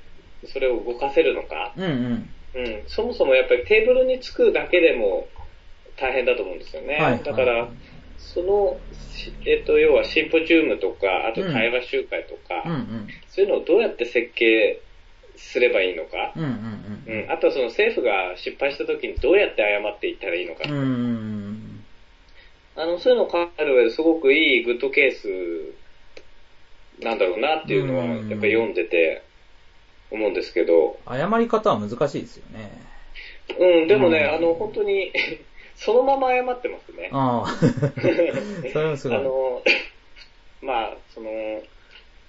[SPEAKER 2] それを動かせるのか。
[SPEAKER 1] うんうん。
[SPEAKER 2] うん、そもそもやっぱりテーブルにつくだけでも大変だと思うんですよね。
[SPEAKER 1] はいはい
[SPEAKER 2] だから、その、しえっと、要はシンポジウムとか、あと
[SPEAKER 1] うん
[SPEAKER 2] 対話集会とか、
[SPEAKER 1] うんうん。
[SPEAKER 2] そういうのをどうやって設計すればいいのか
[SPEAKER 1] う。んうん
[SPEAKER 2] う
[SPEAKER 1] うん。
[SPEAKER 2] ん、あとはその政府が失敗した時にどうやって謝っていったらいいのか。
[SPEAKER 1] うん。
[SPEAKER 2] あの、そういうのを考える上ですごくいいグッドケースなんだろうなっていうのは、
[SPEAKER 1] うん
[SPEAKER 2] やっぱり読んでて思うんですけど、
[SPEAKER 1] 謝り方は難しいですよね。
[SPEAKER 2] うん、でもね、
[SPEAKER 1] うん
[SPEAKER 2] あの、本当に、 そのまま謝ってますね。あ
[SPEAKER 1] ああ。 それもすごい。はい
[SPEAKER 2] の、まあ、その、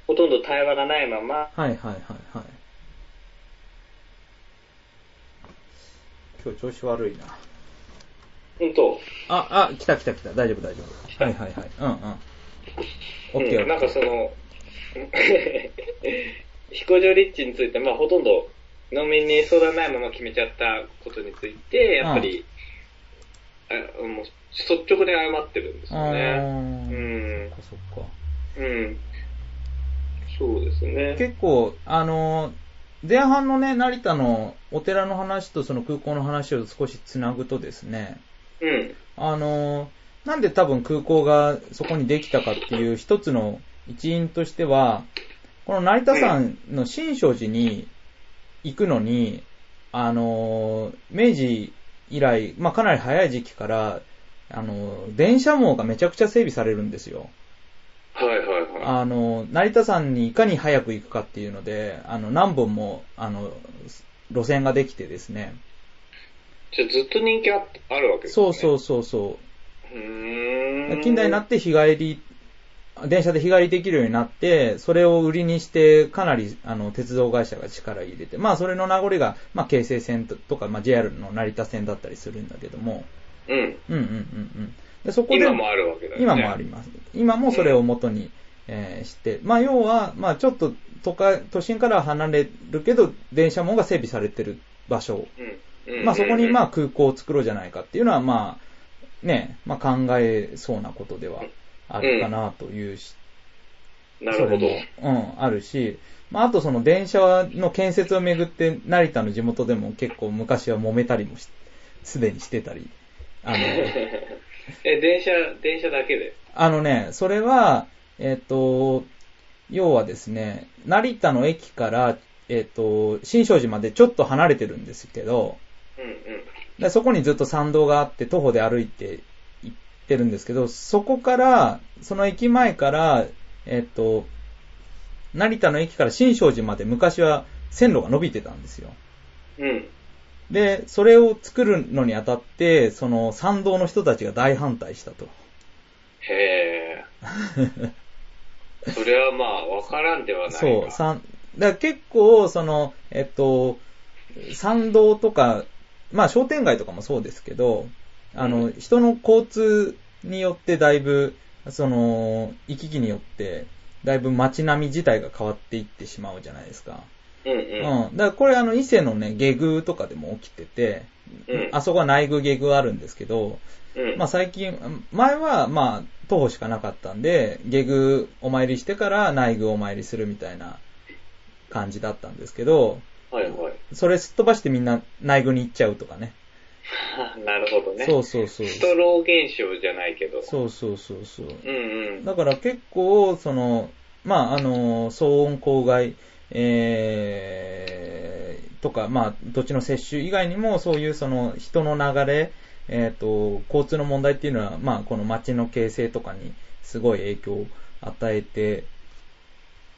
[SPEAKER 2] ほとんど対話がないまま、
[SPEAKER 1] はいはいはい。今日調子悪いな。
[SPEAKER 2] うんと、
[SPEAKER 1] あ、あ、来た来た来た。大丈夫大丈
[SPEAKER 2] 来
[SPEAKER 1] 夫。
[SPEAKER 2] た
[SPEAKER 1] はいはいはい。うん
[SPEAKER 2] う
[SPEAKER 1] うん。オッケーオ
[SPEAKER 2] ん、なん
[SPEAKER 1] ッ
[SPEAKER 2] か
[SPEAKER 1] ケ
[SPEAKER 2] その、 彦城立地について、まあ、ほとんど農民に相談ないまま決めちゃったことについて、やっぱり、あもう率直に謝ってるんです
[SPEAKER 1] ー。
[SPEAKER 2] よね。う
[SPEAKER 1] ー
[SPEAKER 2] ん
[SPEAKER 1] そっかそっか。
[SPEAKER 2] うん。そうですね。
[SPEAKER 1] 結構、あのー前半のね、成田のお寺の話とその空港の話を少しつなぐとですね、
[SPEAKER 2] うん。
[SPEAKER 1] あのーなんで多分空港がそこにできたかっていう一つの一因としては、この成田山の新勝寺に行くのに、あのー明治以来、まあ、かなり早い時期から、あのー電車網がめちゃくちゃ整備されるんですよ。
[SPEAKER 2] はいはいは
[SPEAKER 1] あの、成田山にいかに早く行くかっていうので、あの、何本も、あの、路線ができてですね。
[SPEAKER 2] い。じゃあずっと人気ああるわけです
[SPEAKER 1] そう
[SPEAKER 2] ね。。
[SPEAKER 1] そううそうそう
[SPEAKER 2] ー
[SPEAKER 1] う。
[SPEAKER 2] ん。
[SPEAKER 1] 近代になって日帰り、電車で日帰りできるようになって、それを売りにして、かなり、あの、鉄道会社が力入れて、まあ、それの名残が、まあ、京成線ととか、まあ、JR の成田線だったりするんだけども、
[SPEAKER 2] うん。
[SPEAKER 1] うんうんうんうん。で、そこで、
[SPEAKER 2] 今もあるわけだよね。
[SPEAKER 1] 今もあ
[SPEAKER 2] る。
[SPEAKER 1] ります。今もそれを元に、えーして、まあ要は、まあちょっと都会、都心からは離れるけど、電車網が整備されてる場所。
[SPEAKER 2] うん。
[SPEAKER 1] まあそこにまあ
[SPEAKER 2] あ、
[SPEAKER 1] 空港を作ろうじゃないかっていうのはまあ、ね、まあ考えそうなことではあるかなというし、
[SPEAKER 2] なるほ
[SPEAKER 1] そ
[SPEAKER 2] ど。
[SPEAKER 1] れもうん、あるし、まああとその電車の建設をめぐって、成田の地元でも結構昔は揉めたりもし、すでにしてたり、あ の、
[SPEAKER 2] え、電車、電車だけで。
[SPEAKER 1] あのね、それは、えっ、と、要はですね、成田の駅から、えっ、と、新勝寺までちょっと離れてるんですけど、
[SPEAKER 2] うんうん。
[SPEAKER 1] でそこにずっと参道があって、徒歩で歩いて行ってるんですけど、そこから、その駅前から、えっ、と、成田の駅から新勝寺まで昔は線路が伸びてたんですよ。
[SPEAKER 2] うん。
[SPEAKER 1] で、それを作るのにあたって、その賛同の人たちが大反対したと。
[SPEAKER 2] へ え。それはまあ、わからんではないが。
[SPEAKER 1] そう、賛、だから結構、その、えっと、参道とか、まあ商店街とかもそうですけど、あの、
[SPEAKER 2] うん
[SPEAKER 1] 人の交通によってだいぶ、その、行き来によって、だいぶ街並み自体が変わっていってしまうじゃないですか。
[SPEAKER 2] うんう
[SPEAKER 1] うん
[SPEAKER 2] ん。。
[SPEAKER 1] だからこれあの、伊勢のね、下宮とかでも起きてて、
[SPEAKER 2] うん
[SPEAKER 1] あそこは内宮下宮あるんですけど、
[SPEAKER 2] うん。
[SPEAKER 1] まあ最近、前はまあ徒歩しかなかったんで、下宮お参りしてから内宮お参りするみたいな感じだったんですけど、
[SPEAKER 2] はいはい。
[SPEAKER 1] それすっ飛ばしてみんな内宮に行っちゃうとかね。
[SPEAKER 2] なるほどね。
[SPEAKER 1] そうそうそう。
[SPEAKER 2] ストロー現象じゃないけど。
[SPEAKER 1] そうそうそうそう。
[SPEAKER 2] うんうん。
[SPEAKER 1] だから結構、その、まああの、騒音公害、えー、とか、まあ土地の接種以外にもそういうその人の流れ、えっ、と、交通の問題っていうのは、まあこの街の形成とかにすごい影響を与えて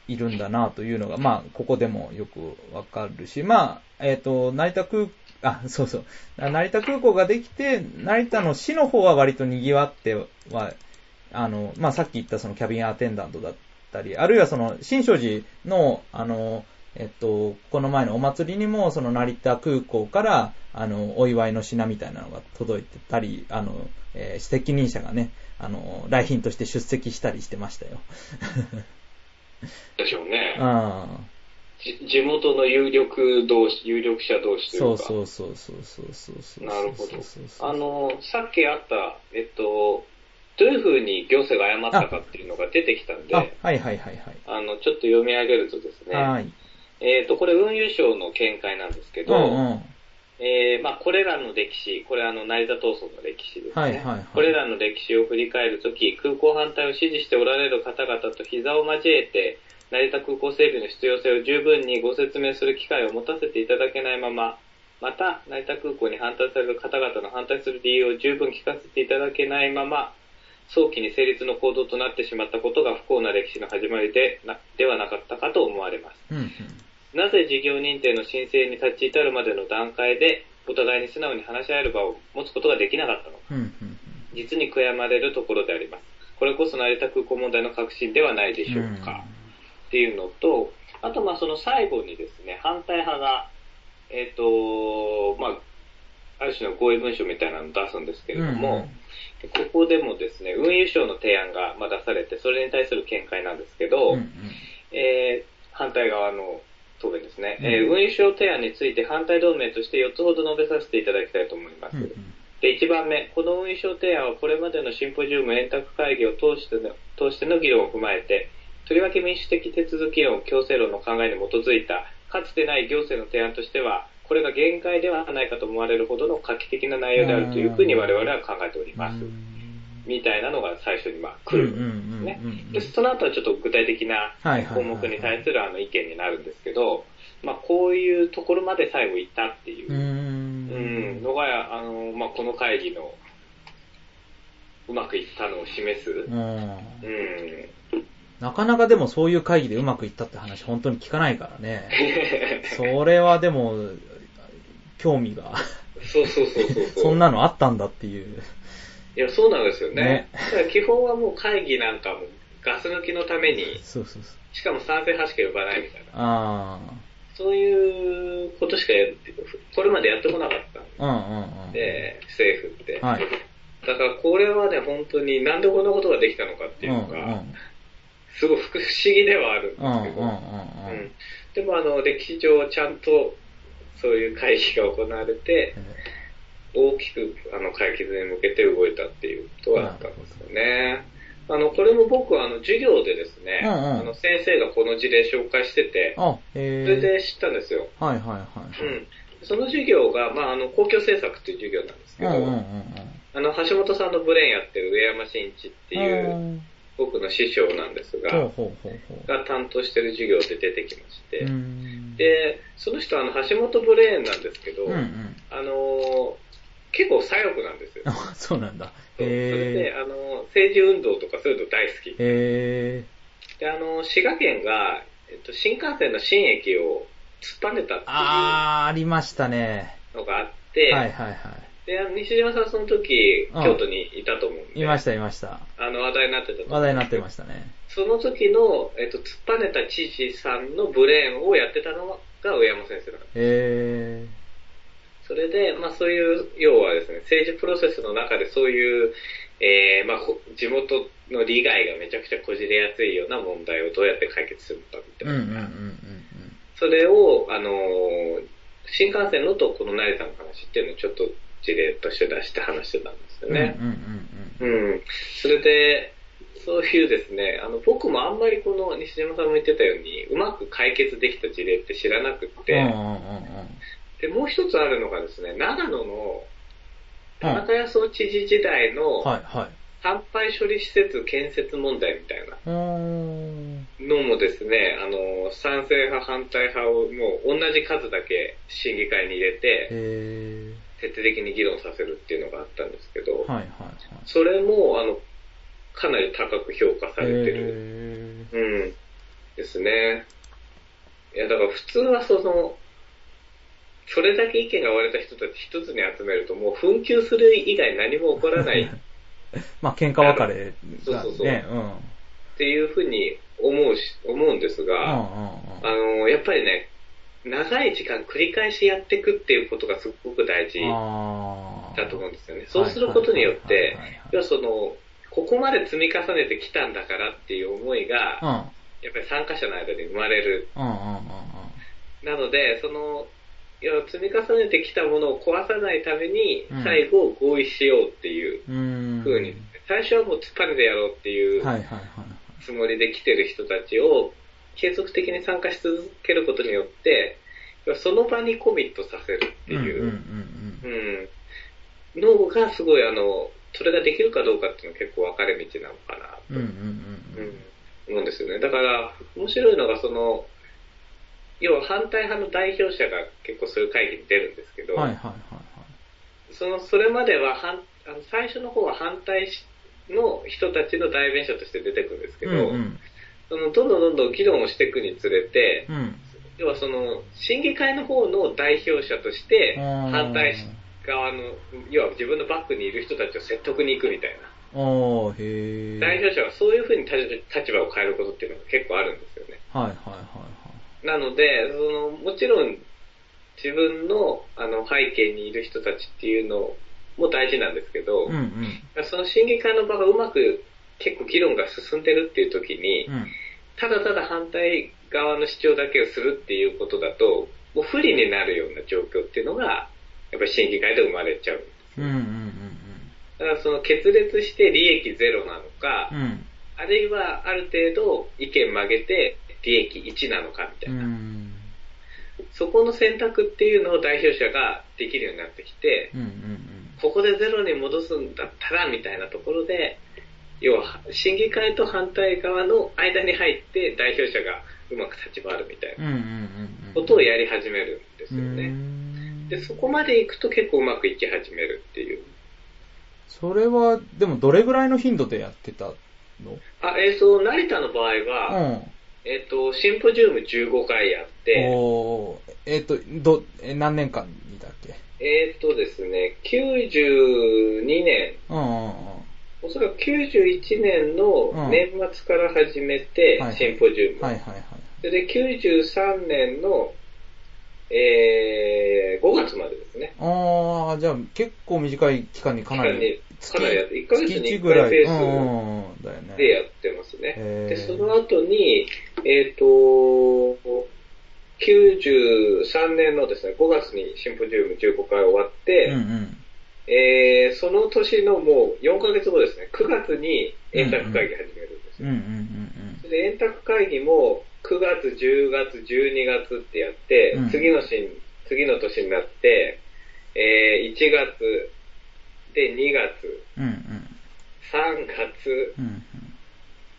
[SPEAKER 1] いるんだなというのが、まあここでもよくわかるし、まあ、えっ、と、成田空、あ、そうそう、成田空港ができて、成田の市の方は割と賑わってはあの、まあ、さっき言ったそのキャビンアテンダントだったり、あるいはその、新勝寺の、あの、えっと、この前のお祭りにも、その成田空港から、あの、お祝いの品みたいなのが届いてたり、あの、えー、責任者がね、あの、来賓として出席したりしてました よ。
[SPEAKER 2] でしょうね。
[SPEAKER 1] うん。
[SPEAKER 2] じ地元の有力同士、有力者同士とい
[SPEAKER 1] そうう
[SPEAKER 2] か。
[SPEAKER 1] そうそうそうそうそうそう。
[SPEAKER 2] なるほど
[SPEAKER 1] そうそうそう。
[SPEAKER 2] あの、さっきあった、えっと、どういうふうに行政が誤ったかっていうのが出てきたんで、
[SPEAKER 1] あ、
[SPEAKER 2] あ
[SPEAKER 1] はいはいはいはい。
[SPEAKER 2] の、ちょっと読み上げるとですね、
[SPEAKER 1] はい。
[SPEAKER 2] えっ、と、これ運輸省の見解なんですけ
[SPEAKER 1] う
[SPEAKER 2] ど、
[SPEAKER 1] んうん。
[SPEAKER 2] えーまあこれらの歴史、これあの、成田闘争の歴史ですね。
[SPEAKER 1] はいはいはい
[SPEAKER 2] これらの歴史を振り返るとき、空港反対を支持しておられる方々と膝を交えて、成田空港整備の必要性を十分にご説明する機会を持たせていただけないまま、また、成田空港に反対される方々の反対する理由を十分聞かせていただけないまま、早期に成立の行動となってしまったことが不幸な歴史の始まりでなではなかったかと思われます。
[SPEAKER 1] うんうん。
[SPEAKER 2] なぜ事業認定の申請に立ち至るまでの段階で、お互いに素直に話し合える場を持つことができなかったのか、
[SPEAKER 1] うんうん
[SPEAKER 2] 実に悔やまれるところであります。これこそ成田空港問題の核心ではないでしょ
[SPEAKER 1] うん。
[SPEAKER 2] うか。っていうのと、あとまあその最後にですね、反対派が、えっ、と、まあ、ある種の合意文書みたいなのを出すんですけれども、ここでもですね、運輸省の提案がまあ出されて、それに対する見解なんですけど、
[SPEAKER 1] うんうん、
[SPEAKER 2] えー反対側の答弁ですね、
[SPEAKER 1] うん
[SPEAKER 2] えー運輸省提案について反対同盟として4つほど述べさせていただきたいと思います。
[SPEAKER 1] うんうん。
[SPEAKER 2] で1番目、この運輸省提案はこれまでのシンポジウム円卓会議を通しての通しての議論を踏まえて、とりわけ民主的手続き論、強制論の考えに基づいた、かつてない行政の提案としては、これが限界ではないかと思われるほどの画期的な内容であるというふうに我々は考えております。みたいなのが最初にまあ来
[SPEAKER 1] う
[SPEAKER 2] る。
[SPEAKER 1] んうんうんうんうん
[SPEAKER 2] ねでその後はちょっと具体的な
[SPEAKER 1] はいはいはいは
[SPEAKER 2] 項
[SPEAKER 1] い
[SPEAKER 2] 目に対するあの意見になるんですけど、まあ、こういうところまで最後行ったっていうう、うん
[SPEAKER 1] ん。
[SPEAKER 2] のが、あのまあ、この会議のうまくいったのを示す、うん
[SPEAKER 1] うんなかなかでもそういう会議でうまくいったって話本当に聞かないからね。それはでも、興味 が、
[SPEAKER 2] そうそうそうそうう
[SPEAKER 1] そんなのあったんだっていう。
[SPEAKER 2] いやそうなんですよね
[SPEAKER 1] ね
[SPEAKER 2] だから基本はもう会議なんかもガス抜きのために
[SPEAKER 1] そうそうそう。
[SPEAKER 2] しかも賛成派しか呼ばないみたいな
[SPEAKER 1] あ
[SPEAKER 2] そういうことしかやってこれまでやってこなかったん
[SPEAKER 1] あ、うんうんうん。
[SPEAKER 2] で政府って、
[SPEAKER 1] はい。
[SPEAKER 2] だからこれはね、本当になんでこんなことができたのかって
[SPEAKER 1] う
[SPEAKER 2] い
[SPEAKER 1] んう。
[SPEAKER 2] うんの
[SPEAKER 1] う
[SPEAKER 2] が、
[SPEAKER 1] ん
[SPEAKER 2] すごい不思議ではあるんで
[SPEAKER 1] うんうん
[SPEAKER 2] すけど、
[SPEAKER 1] う
[SPEAKER 2] うん
[SPEAKER 1] ん。
[SPEAKER 2] でもあの、歴史上ちゃんとそういう会議が行われて、大きくあの解決に向けて動いたっていうことはあったんですよね。あの、これも僕はあの、授業でですね、
[SPEAKER 1] うんうん
[SPEAKER 2] あの先生がこの事例紹介してて、
[SPEAKER 1] あ、
[SPEAKER 2] それ
[SPEAKER 1] へえ。
[SPEAKER 2] で知ったんですよ。
[SPEAKER 1] はいはいは
[SPEAKER 2] う
[SPEAKER 1] い。
[SPEAKER 2] ん。その授業が、まあ、あの、公共政策という授業なんですけ
[SPEAKER 1] うん
[SPEAKER 2] ど、
[SPEAKER 1] うんうん
[SPEAKER 2] あの、橋本さんのブレーンやってる上山真一っていう、
[SPEAKER 1] うん。うん
[SPEAKER 2] 僕の師匠なんですが、
[SPEAKER 1] ほうほうほうほ
[SPEAKER 2] が担当してる授業で出てきまして、
[SPEAKER 1] う。うん。
[SPEAKER 2] で、その人はあの橋本ブレーンなんですけど、
[SPEAKER 1] うんうん。
[SPEAKER 2] あのー結構左翼なんですよ。
[SPEAKER 1] あ、そうなんだ。
[SPEAKER 2] そうそれ
[SPEAKER 1] へ
[SPEAKER 2] で、あのー政治運動とかそういうの大好き
[SPEAKER 1] え。。へ
[SPEAKER 2] で、あのー滋賀県が、えっと、新幹線の新駅を突っぱねたってい
[SPEAKER 1] あー、ありましたね。
[SPEAKER 2] うのがあって、
[SPEAKER 1] はいはいはい。
[SPEAKER 2] で、あの西島さんその時、
[SPEAKER 1] うん
[SPEAKER 2] 京都にいたと思うんで、
[SPEAKER 1] いましたいました。
[SPEAKER 2] あの話題になってたと思
[SPEAKER 1] 話
[SPEAKER 2] う。
[SPEAKER 1] 題になってましたね。
[SPEAKER 2] その時の、えっと、突っぱねた知事さんのブレーンをやってたのが上山先生なんです。
[SPEAKER 1] へ
[SPEAKER 2] それで、まあそういう、要はですね、政治プロセスの中でそういう、えー、まあほ地元の利害がめちゃくちゃこじれやすいような問題をどうやって解決するのかみ
[SPEAKER 1] え。
[SPEAKER 2] たい
[SPEAKER 1] うん
[SPEAKER 2] な。
[SPEAKER 1] うんうんうん
[SPEAKER 2] それを、あのー新幹線のとこの成田の話っていうのをちょっと事例として出して話してたんです
[SPEAKER 1] う
[SPEAKER 2] よ
[SPEAKER 1] ん。
[SPEAKER 2] ね
[SPEAKER 1] う。んうんうん
[SPEAKER 2] うん。それで、そういうですね、あの、僕もあんまりこの西島さんも言ってたように、うまく解決できた事例って知らなくって、
[SPEAKER 1] うん。うんうんうんうん。
[SPEAKER 2] で、もう一つあるのがですね、長野の田中康夫知事時代の
[SPEAKER 1] はいはい。
[SPEAKER 2] 反廃処理施設建設問題みたいな
[SPEAKER 1] うーん。
[SPEAKER 2] のもですね、あの、賛成派、反対派をもう同じ数だけ審議会に入れて、
[SPEAKER 1] へ
[SPEAKER 2] 徹底的に議論させるっていうのがあったんですけど
[SPEAKER 1] え。、はいはい
[SPEAKER 2] それも、あの、かなり高く評価さ
[SPEAKER 1] はい。
[SPEAKER 2] れてる。
[SPEAKER 1] へ
[SPEAKER 2] うん。ですね。いや、だから普通はその、それだけ意見が割れた人たち一つに集めるともう紛糾する以外何も起こら ないっ
[SPEAKER 1] え。まあ喧嘩別れ
[SPEAKER 2] そう
[SPEAKER 1] が
[SPEAKER 2] そうそう
[SPEAKER 1] ね、うん。
[SPEAKER 2] ていうふうに思うし、思うんです
[SPEAKER 1] うん
[SPEAKER 2] が、あの、やっぱりね、長い時間繰り返しやっていくっていうことがすごく大事
[SPEAKER 1] うんうん。ああ。
[SPEAKER 2] だと思うんですよね。そうすることによって
[SPEAKER 1] はいはいはいはい、
[SPEAKER 2] 要はその、ここまで積み重ねてきたんだからっていう思いが、やっぱり参加者の間で生まれる
[SPEAKER 1] うん。うんうんうんうん。
[SPEAKER 2] なので、その、いや積み重ねてきたものを壊さないために
[SPEAKER 1] うん、
[SPEAKER 2] 最後合意しようっていう
[SPEAKER 1] うーん。
[SPEAKER 2] 風に、最初はもう突っ張りでやろうってい
[SPEAKER 1] はいは
[SPEAKER 2] う
[SPEAKER 1] いはい。
[SPEAKER 2] つもりで来てる人たちを、継続的に参加し続けることによって、要はその場にコミットさせるって
[SPEAKER 1] う
[SPEAKER 2] い
[SPEAKER 1] んうん
[SPEAKER 2] う、うん、のがすごい、あの、それができるかどうかっていうのは結構分かれ道なのかな
[SPEAKER 1] うんうん。うんうんう
[SPEAKER 2] うんん思うんですよね。だから、面白いのが、その、要は反対派の代表者が結構そういう会議に出るんですけ
[SPEAKER 1] うん。
[SPEAKER 2] ど、
[SPEAKER 1] はいはいはい
[SPEAKER 2] その、それまでは反、あの最初の方は反対しの人たちの代弁者として出てくるんですけ
[SPEAKER 1] はい。
[SPEAKER 2] ど、
[SPEAKER 1] うんうん。
[SPEAKER 2] そのどんどんどんどん議論をしていくにつれて、
[SPEAKER 1] うん。
[SPEAKER 2] 要はその、審議会の方の代表者として、
[SPEAKER 1] うん
[SPEAKER 2] 反対側の、要は自分のバックにいる人たちを説得に行くみたいな。
[SPEAKER 1] おー、へえ。
[SPEAKER 2] 代表者はそういうふうに立立場を変えることっていうのが結構あるんですよね。
[SPEAKER 1] はいはいはい
[SPEAKER 2] なので、その、もちろん、自分の、あの、背景にいる人たちっていうのも大事なんですけど、
[SPEAKER 1] はい。うんうん。
[SPEAKER 2] その審議会の場がうまく、結構議論が進んでるっていう時に、
[SPEAKER 1] うん。
[SPEAKER 2] ただただ反対側の主張だけをするっていうことだと、もう不利になるような状況っていうのが、やっぱり審議会で生まれちゃうんです。
[SPEAKER 1] うんうん
[SPEAKER 2] だからその決裂して利益ゼロなのか、
[SPEAKER 1] うんうん。うん。
[SPEAKER 2] あるいはある程度意見曲げて利益1なのかみた
[SPEAKER 1] う
[SPEAKER 2] いな。
[SPEAKER 1] ん。
[SPEAKER 2] そこの選択っていうのを代表者ができるようになってきて
[SPEAKER 1] う、んうん
[SPEAKER 2] ここでゼロに戻すんだったら、みたいなところで、要は、審議会と反対側の間に入って代表者がうまく立ち回るみたい
[SPEAKER 1] うん。う
[SPEAKER 2] なん
[SPEAKER 1] うんうんうん。
[SPEAKER 2] ことをやり始めるんです
[SPEAKER 1] う
[SPEAKER 2] よ
[SPEAKER 1] ー
[SPEAKER 2] ね。
[SPEAKER 1] ん
[SPEAKER 2] で、そこまで行くと結構うまくいき始めるっていう。
[SPEAKER 1] それは、でもどれぐらいの頻度でやってたの
[SPEAKER 2] あ、えっ、と、成田の場合は、
[SPEAKER 1] うん。
[SPEAKER 2] えっ、と、シンポジウム15回やって、
[SPEAKER 1] おー、えっと、ど、え、何年間にだっけ
[SPEAKER 2] えっ、とですね、92年
[SPEAKER 1] うんうんうん。
[SPEAKER 2] おそらく91年の年末から始めて
[SPEAKER 1] うんはい、
[SPEAKER 2] シンポジウム。
[SPEAKER 1] はいはいはい。
[SPEAKER 2] それで93年の、えー、5月までですね。
[SPEAKER 1] ああ、じゃあ結構短い期間にかなり、
[SPEAKER 2] 期間にかなりやって1ヶ月に
[SPEAKER 1] 月
[SPEAKER 2] 1
[SPEAKER 1] ぐら
[SPEAKER 2] 回
[SPEAKER 1] い、
[SPEAKER 2] ペー
[SPEAKER 1] う
[SPEAKER 2] ス
[SPEAKER 1] んうんうん、だよね。
[SPEAKER 2] でやってますね。
[SPEAKER 1] へー
[SPEAKER 2] で、その後に、えっ、と、93年のですね、5月にシンポジウム15回終わって、
[SPEAKER 1] うんうん。
[SPEAKER 2] えー、その年のもう4ヶ月後ですね、9月に円卓会議始めるんです
[SPEAKER 1] う
[SPEAKER 2] よ。
[SPEAKER 1] んうん
[SPEAKER 2] それで円卓会議も9月、10月、12月ってやって、
[SPEAKER 1] うん
[SPEAKER 2] 次の年、次の年になって、えー、1月、で、2月、
[SPEAKER 1] うんうん。うんうん。
[SPEAKER 2] 3月、
[SPEAKER 1] うんうん。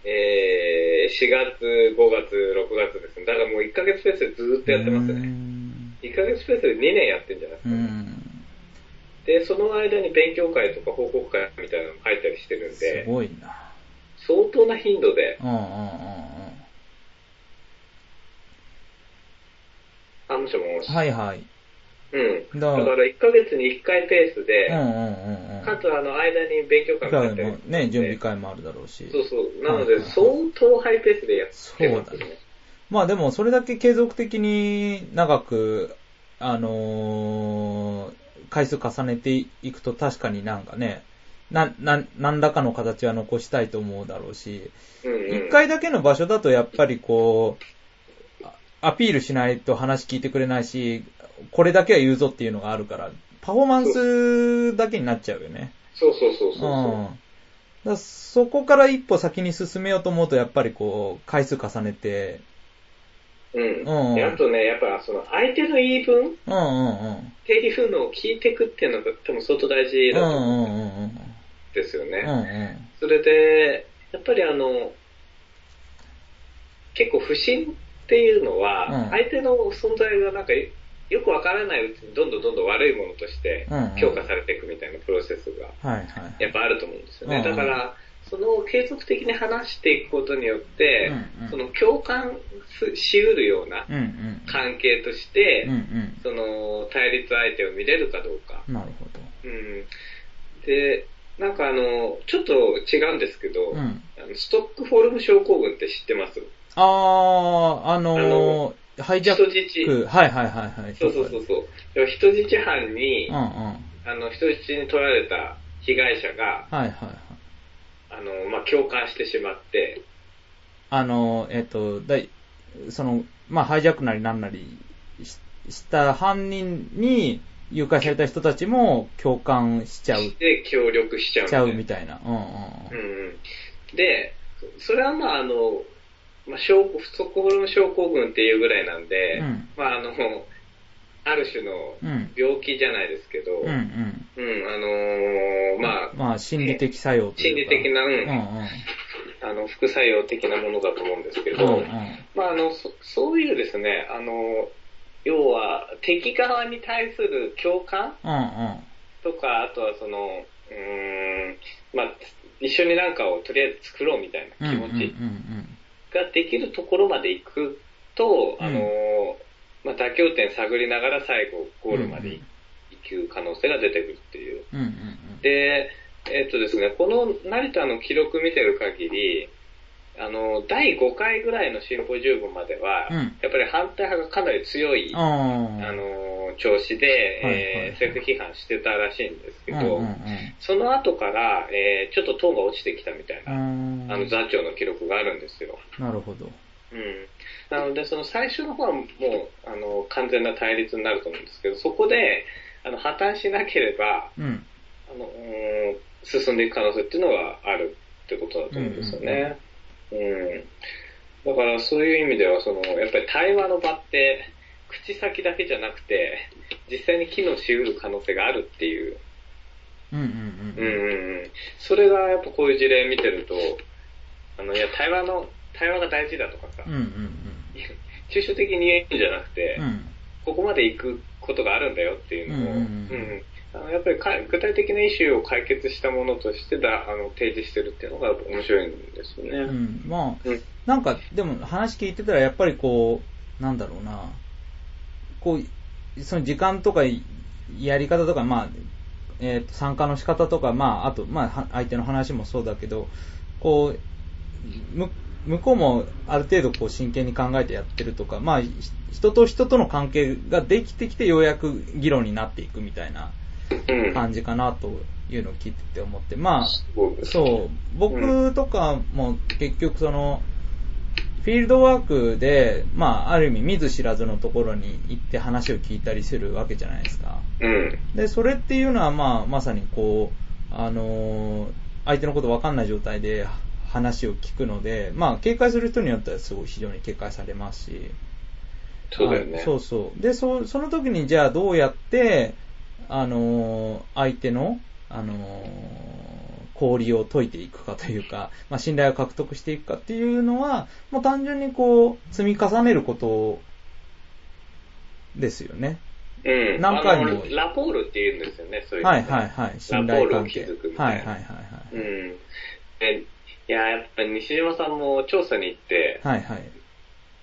[SPEAKER 2] えー、4月、5月、6月ですね。だからもう1ヶ月ペースでずーっとやってます
[SPEAKER 1] うー
[SPEAKER 2] ね。
[SPEAKER 1] ん
[SPEAKER 2] 1ヶ月ペースで2年やってんじゃないです
[SPEAKER 1] う
[SPEAKER 2] かね、
[SPEAKER 1] ん。
[SPEAKER 2] で、その間に勉強会とか報告会みたいなのも入ったりしてるん
[SPEAKER 1] す
[SPEAKER 2] で、
[SPEAKER 1] ごいな。
[SPEAKER 2] 相当な頻度で、
[SPEAKER 1] うんうんうんうん。
[SPEAKER 2] あ、もしもし。
[SPEAKER 1] はいはい。
[SPEAKER 2] うん。
[SPEAKER 1] だから
[SPEAKER 2] だから1ヶ月に1回ペースで、
[SPEAKER 1] うんうんうんうん。
[SPEAKER 2] かつあの間に勉強会
[SPEAKER 1] だから
[SPEAKER 2] もやったり
[SPEAKER 1] もうね、準備会もあるだろうし。
[SPEAKER 2] そうそう。なの
[SPEAKER 1] う
[SPEAKER 2] で、
[SPEAKER 1] ん
[SPEAKER 2] 相当ハイペースでやってます
[SPEAKER 1] そうだ
[SPEAKER 2] ね。
[SPEAKER 1] まあでも、それだけ継続的に長く、あのー回数重ねていくと確かになんかね、な、な、何らかの形は残したいと思うだろうし、
[SPEAKER 2] うんうん
[SPEAKER 1] 一回だけの場所だとやっぱりこう、あアピールしないと話聞いてくれないし、これだけは言うぞっていうのがあるから、パフォーマンスだけになっちゃうよね。
[SPEAKER 2] そうそうそう
[SPEAKER 1] う
[SPEAKER 2] そ
[SPEAKER 1] ん。
[SPEAKER 2] う
[SPEAKER 1] だ
[SPEAKER 2] そ
[SPEAKER 1] からそこから一歩先に進めようと思うと、やっぱりこう、回数重ねて、
[SPEAKER 2] う。うん。
[SPEAKER 1] うん
[SPEAKER 2] であとね、やっぱその相手の言い分、
[SPEAKER 1] うんうんうん。
[SPEAKER 2] っていうのを聞いていくっていうのが多分相当大事だと
[SPEAKER 1] うん
[SPEAKER 2] 思
[SPEAKER 1] う
[SPEAKER 2] うん
[SPEAKER 1] んうんうん。
[SPEAKER 2] ですよ
[SPEAKER 1] う
[SPEAKER 2] ね。
[SPEAKER 1] んうん。
[SPEAKER 2] それで、やっぱりあの、結構不信っていうの
[SPEAKER 1] うん
[SPEAKER 2] は、相手の存在がなんかよくわからないうちにどんどんどんどん悪いものとして
[SPEAKER 1] うんうん
[SPEAKER 2] 強化されていくみたいなプロセスが
[SPEAKER 1] はいはい。
[SPEAKER 2] やっぱあると思うんですよ
[SPEAKER 1] う
[SPEAKER 2] ね。
[SPEAKER 1] んうん
[SPEAKER 2] だから、その継続的に話していくことによって、
[SPEAKER 1] うんうん
[SPEAKER 2] その共感すしうるような
[SPEAKER 1] うんうん。
[SPEAKER 2] 関係とし
[SPEAKER 1] う
[SPEAKER 2] て、
[SPEAKER 1] んうん。
[SPEAKER 2] その対立相手を見れるかどうか。
[SPEAKER 1] なるほ
[SPEAKER 2] うん、で、なんかあの、ちょっと違うんですけ
[SPEAKER 1] ど。
[SPEAKER 2] ど、
[SPEAKER 1] うん。
[SPEAKER 2] あのストックフォルム症候群って知ってます
[SPEAKER 1] あー、あの
[SPEAKER 2] あの
[SPEAKER 1] ー、ハイジャ
[SPEAKER 2] 人
[SPEAKER 1] ッ
[SPEAKER 2] 質。
[SPEAKER 1] ク。はいはいはいはい。
[SPEAKER 2] そうそうそううそう。でも人質犯に、
[SPEAKER 1] うんうん。はい
[SPEAKER 2] あの、人質に取られた被害者が、
[SPEAKER 1] はいはい。
[SPEAKER 2] あの、まあ、共感してしまって、
[SPEAKER 1] あのー、えっと、だい、その、まあ、ハイジャックなりなんなりしした犯人に誘拐された人たちも共感しちゃう、し
[SPEAKER 2] で、協力しちゃうみ
[SPEAKER 1] ち
[SPEAKER 2] たい
[SPEAKER 1] ゃ
[SPEAKER 2] な。
[SPEAKER 1] うみたいな。うんうん
[SPEAKER 2] うんうんで、それはまああの、まあ、症候不足ホルモン症候群っていうぐらいなんで、
[SPEAKER 1] うん
[SPEAKER 2] まああの、ある種の
[SPEAKER 1] うん。うん。
[SPEAKER 2] 病気じゃないですけど、
[SPEAKER 1] うんうん。
[SPEAKER 2] うんあのーまあ、
[SPEAKER 1] まあ、心理的作用と
[SPEAKER 2] 心
[SPEAKER 1] い
[SPEAKER 2] 理
[SPEAKER 1] うか。
[SPEAKER 2] 的な、うんあの副作用的なものだと思うんですけど、
[SPEAKER 1] うんうん。うんうん。
[SPEAKER 2] まああのそ、そういうですね、あの、要は敵側に対する共感
[SPEAKER 1] うんうん。
[SPEAKER 2] とか、あとはその、うーん、まあ、一緒になんかをとりあえず作ろうみたいな気持ち。
[SPEAKER 1] うんうん
[SPEAKER 2] ができるところまで行くと、
[SPEAKER 1] うん
[SPEAKER 2] あの、まあ、妥協点探りながら最後ゴールまで
[SPEAKER 1] うん
[SPEAKER 2] 行く可能性が出てくるっていう。
[SPEAKER 1] うんうん
[SPEAKER 2] で、えっとですね、この成田の記録見てる限り、あの、第5回ぐらいのシンポジウムまでは、
[SPEAKER 1] うん
[SPEAKER 2] やっぱり反対派がかなり強い、あ
[SPEAKER 1] うんうん。
[SPEAKER 2] の、調子で、
[SPEAKER 1] はいはい
[SPEAKER 2] えー政府批判してたらしいんですけ
[SPEAKER 1] うん
[SPEAKER 2] ど、
[SPEAKER 1] うん
[SPEAKER 2] その後から、えーちょっとトーンが落ちてきたみたいな、
[SPEAKER 1] うん。
[SPEAKER 2] あの、座長の記録があるんですよ。
[SPEAKER 1] なるほど。
[SPEAKER 2] うんなので、その最初の方はもう、あの、完全な対立になると思うんですけど、そこで、あの、破綻しなければ、
[SPEAKER 1] うん。
[SPEAKER 2] あの、うーん進んでいく可能性っていうのはあるってことだと思うんですよね。うんだから、そういう意味では、その、やっぱり対話の場って、口先だけじゃなくて、実際に機能しうる可能性があるっていう。
[SPEAKER 1] うんうん
[SPEAKER 2] う
[SPEAKER 1] うん
[SPEAKER 2] う
[SPEAKER 1] ん。
[SPEAKER 2] んうん。それが、やっぱこういう事例見てると、あの、いや、対話の、対話が大事だとかさ、
[SPEAKER 1] うんうん
[SPEAKER 2] 抽象的に言うんじゃなくて、
[SPEAKER 1] うん。うん。
[SPEAKER 2] ここまで行くことがあるんだよっていうの
[SPEAKER 1] う
[SPEAKER 2] を、
[SPEAKER 1] んうん
[SPEAKER 2] うんあのやっぱりか具体的なイシューを解決したものとしてだあの提示してるっていうのが面白いんですよね。
[SPEAKER 1] うん、まあ
[SPEAKER 2] うん、
[SPEAKER 1] なんか、でも話聞いてたら、やっぱりこう、なんだろうな、こう、その時間とかい、やり方とか、まあ、えーと参加の仕方とか、まあ、あと、まあ、は相手の話もそうだけど、こう、む向こうもある程度こう真剣に考えてやってるとか、まあ、ひ人と人との関係ができてきてようやく議論になっていくみたいな
[SPEAKER 2] うん
[SPEAKER 1] 感じかなというのを聞いてて思って、まあ、
[SPEAKER 2] そうですね
[SPEAKER 1] そう、僕とかも結局その、フィールドワークで、まあ、ある意味見ず知らずのところに行って話を聞いたりするわけじゃないですか。
[SPEAKER 2] うん。
[SPEAKER 1] で、それっていうのは、まあ、まさにこう、あのー相手のことわかんない状態で話を聞くので、まあ、警戒する人によってはすごい非常に警戒されますし、
[SPEAKER 2] そうだよね。
[SPEAKER 1] あそうそう。で、そその時にじゃあどうやって、あのー相手の、あのー氷を解いていくかというか、まあ、信頼を獲得していくかっていうのは、もう単純にこう、積み重ねることですよね。
[SPEAKER 2] うん。
[SPEAKER 1] 何回も
[SPEAKER 2] あのラポールって言うんですよね、そういうの
[SPEAKER 1] はいはいはい。信頼関係。
[SPEAKER 2] ラポールを築くみ
[SPEAKER 1] はい
[SPEAKER 2] た
[SPEAKER 1] はいは
[SPEAKER 2] いな
[SPEAKER 1] いはい。
[SPEAKER 2] うん。えいや、やっぱ西島さんも調査に行って、
[SPEAKER 1] はいはい。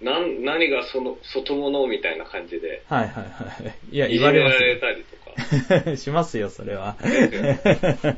[SPEAKER 2] なん何がその外物みたいな感じで、
[SPEAKER 1] はいはいはい。いや、
[SPEAKER 2] い
[SPEAKER 1] 言
[SPEAKER 2] じめ
[SPEAKER 1] われ
[SPEAKER 2] ら
[SPEAKER 1] ま
[SPEAKER 2] れ
[SPEAKER 1] す
[SPEAKER 2] たりとか。
[SPEAKER 1] よ。しますよ、それは。
[SPEAKER 2] ですよね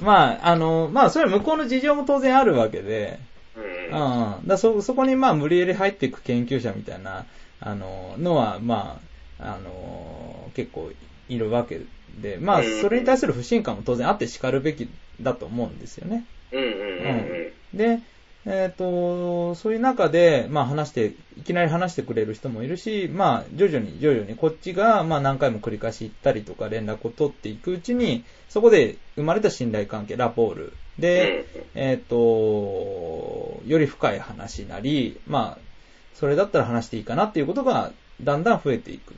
[SPEAKER 1] まあ、あの、まあ、それは向こうの事情も当然あるわけで、
[SPEAKER 2] うん
[SPEAKER 1] うん。だ
[SPEAKER 2] うん。
[SPEAKER 1] からそ、そこにまあ、無理やり入っていく研究者みたいな、あの、のは、まあ、あの、結構いるわけで、まあ、
[SPEAKER 2] うん
[SPEAKER 1] それに対する不信感も当然あって叱るべきだと思うんですよね。
[SPEAKER 2] うんうんうん
[SPEAKER 1] で、えっ、と、そういう中で、まあ話して、いきなり話してくれる人もいるし、まあ徐々に徐々にこっちが、まあ何回も繰り返し行ったりとか連絡を取っていくうちに、そこで生まれた信頼関係、ラポール。
[SPEAKER 2] うん。
[SPEAKER 1] で、えっ、と、より深い話なり、まあ、それだったら話していいかなっていうことが、だんだん増えていく。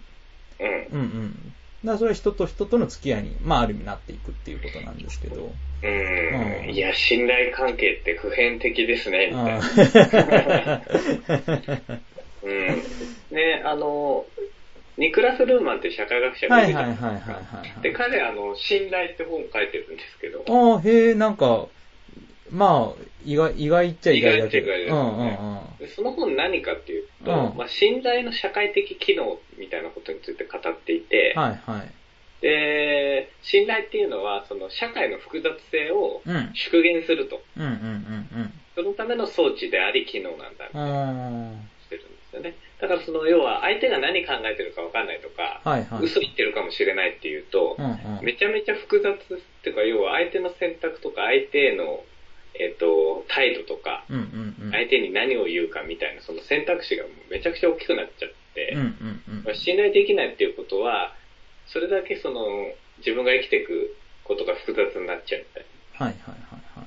[SPEAKER 2] うんうん
[SPEAKER 1] うんうん。だからそれは人と人との付き合いに、まあある意味なっていくっていうことなんですけど。
[SPEAKER 2] うん
[SPEAKER 1] う
[SPEAKER 2] うんん。いや、信頼関係って普遍的ですね、みたい な。うん。ね、あの、ニクラス・ルーマンっていう社会学者が
[SPEAKER 1] はいい
[SPEAKER 2] るじ
[SPEAKER 1] は
[SPEAKER 2] ゃ
[SPEAKER 1] い
[SPEAKER 2] な
[SPEAKER 1] はい
[SPEAKER 2] い
[SPEAKER 1] はいはい
[SPEAKER 2] ですか。
[SPEAKER 1] はい。
[SPEAKER 2] で、彼、あの、信頼って本書いてるんですけど、
[SPEAKER 1] ああ、へえ、なんか、まあ、意外、意外っちゃ意外だけど。
[SPEAKER 2] 意外っちゃ意外だけ
[SPEAKER 1] う
[SPEAKER 2] ど
[SPEAKER 1] んうんうん。
[SPEAKER 2] でその本何かっていうと、
[SPEAKER 1] うん
[SPEAKER 2] まあ、信頼の社会的機能みたいなことについて語っていて、
[SPEAKER 1] はいはい。
[SPEAKER 2] で、信頼っていうのは、その社会の複雑性を
[SPEAKER 1] うん。うん
[SPEAKER 2] 縮減すると。
[SPEAKER 1] うんうん
[SPEAKER 2] そのための装置であり、機能なんだ、
[SPEAKER 1] うん。あ
[SPEAKER 2] してるんですよね。だからその、要は、相手が何考えてるかわかんないとか、
[SPEAKER 1] あ、はいはい。
[SPEAKER 2] 嘘言ってるかもしれないっていうと
[SPEAKER 1] う、んうん。
[SPEAKER 2] めちゃめちゃ複雑っていうか、要は相手の選択とか、相手の、えっ、と、態度とか、
[SPEAKER 1] うんうんうん。
[SPEAKER 2] 相手に何を言うかみたいな、その選択肢がもうめちゃくちゃ大きくなっちゃって、
[SPEAKER 1] うんうんうん。
[SPEAKER 2] まあ信頼できないっていうことは、それだけその、自分が生きていくことが複雑になっちゃうみたいな。っ
[SPEAKER 1] はいはいはい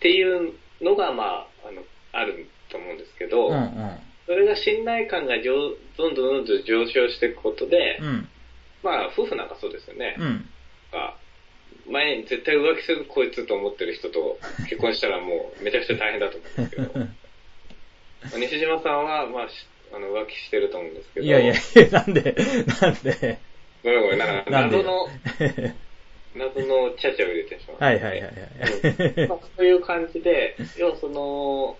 [SPEAKER 2] ていうのが、まあ、あの、あると思うんですけど、
[SPEAKER 1] はいはい。うんうん。
[SPEAKER 2] それが信頼感が上どんどんどんどん上昇していくことで、
[SPEAKER 1] うん。
[SPEAKER 2] まあ、夫婦なんかそうですよね。
[SPEAKER 1] うん。
[SPEAKER 2] が前に絶対浮気するこいつと思ってる人と結婚したらもうめちゃくちゃ大変だと思うんですけ ど、まあ西島さんは、まあ、しあの浮気してると思うんですけど、
[SPEAKER 1] いやいやいや、なんで、なんで。
[SPEAKER 2] ごめんごめん、なん か
[SPEAKER 1] なんで
[SPEAKER 2] 謎の、謎のチャチャを入れてしまう。
[SPEAKER 1] はいはいはいはい。
[SPEAKER 2] まあ、そういう感じ で、要はその、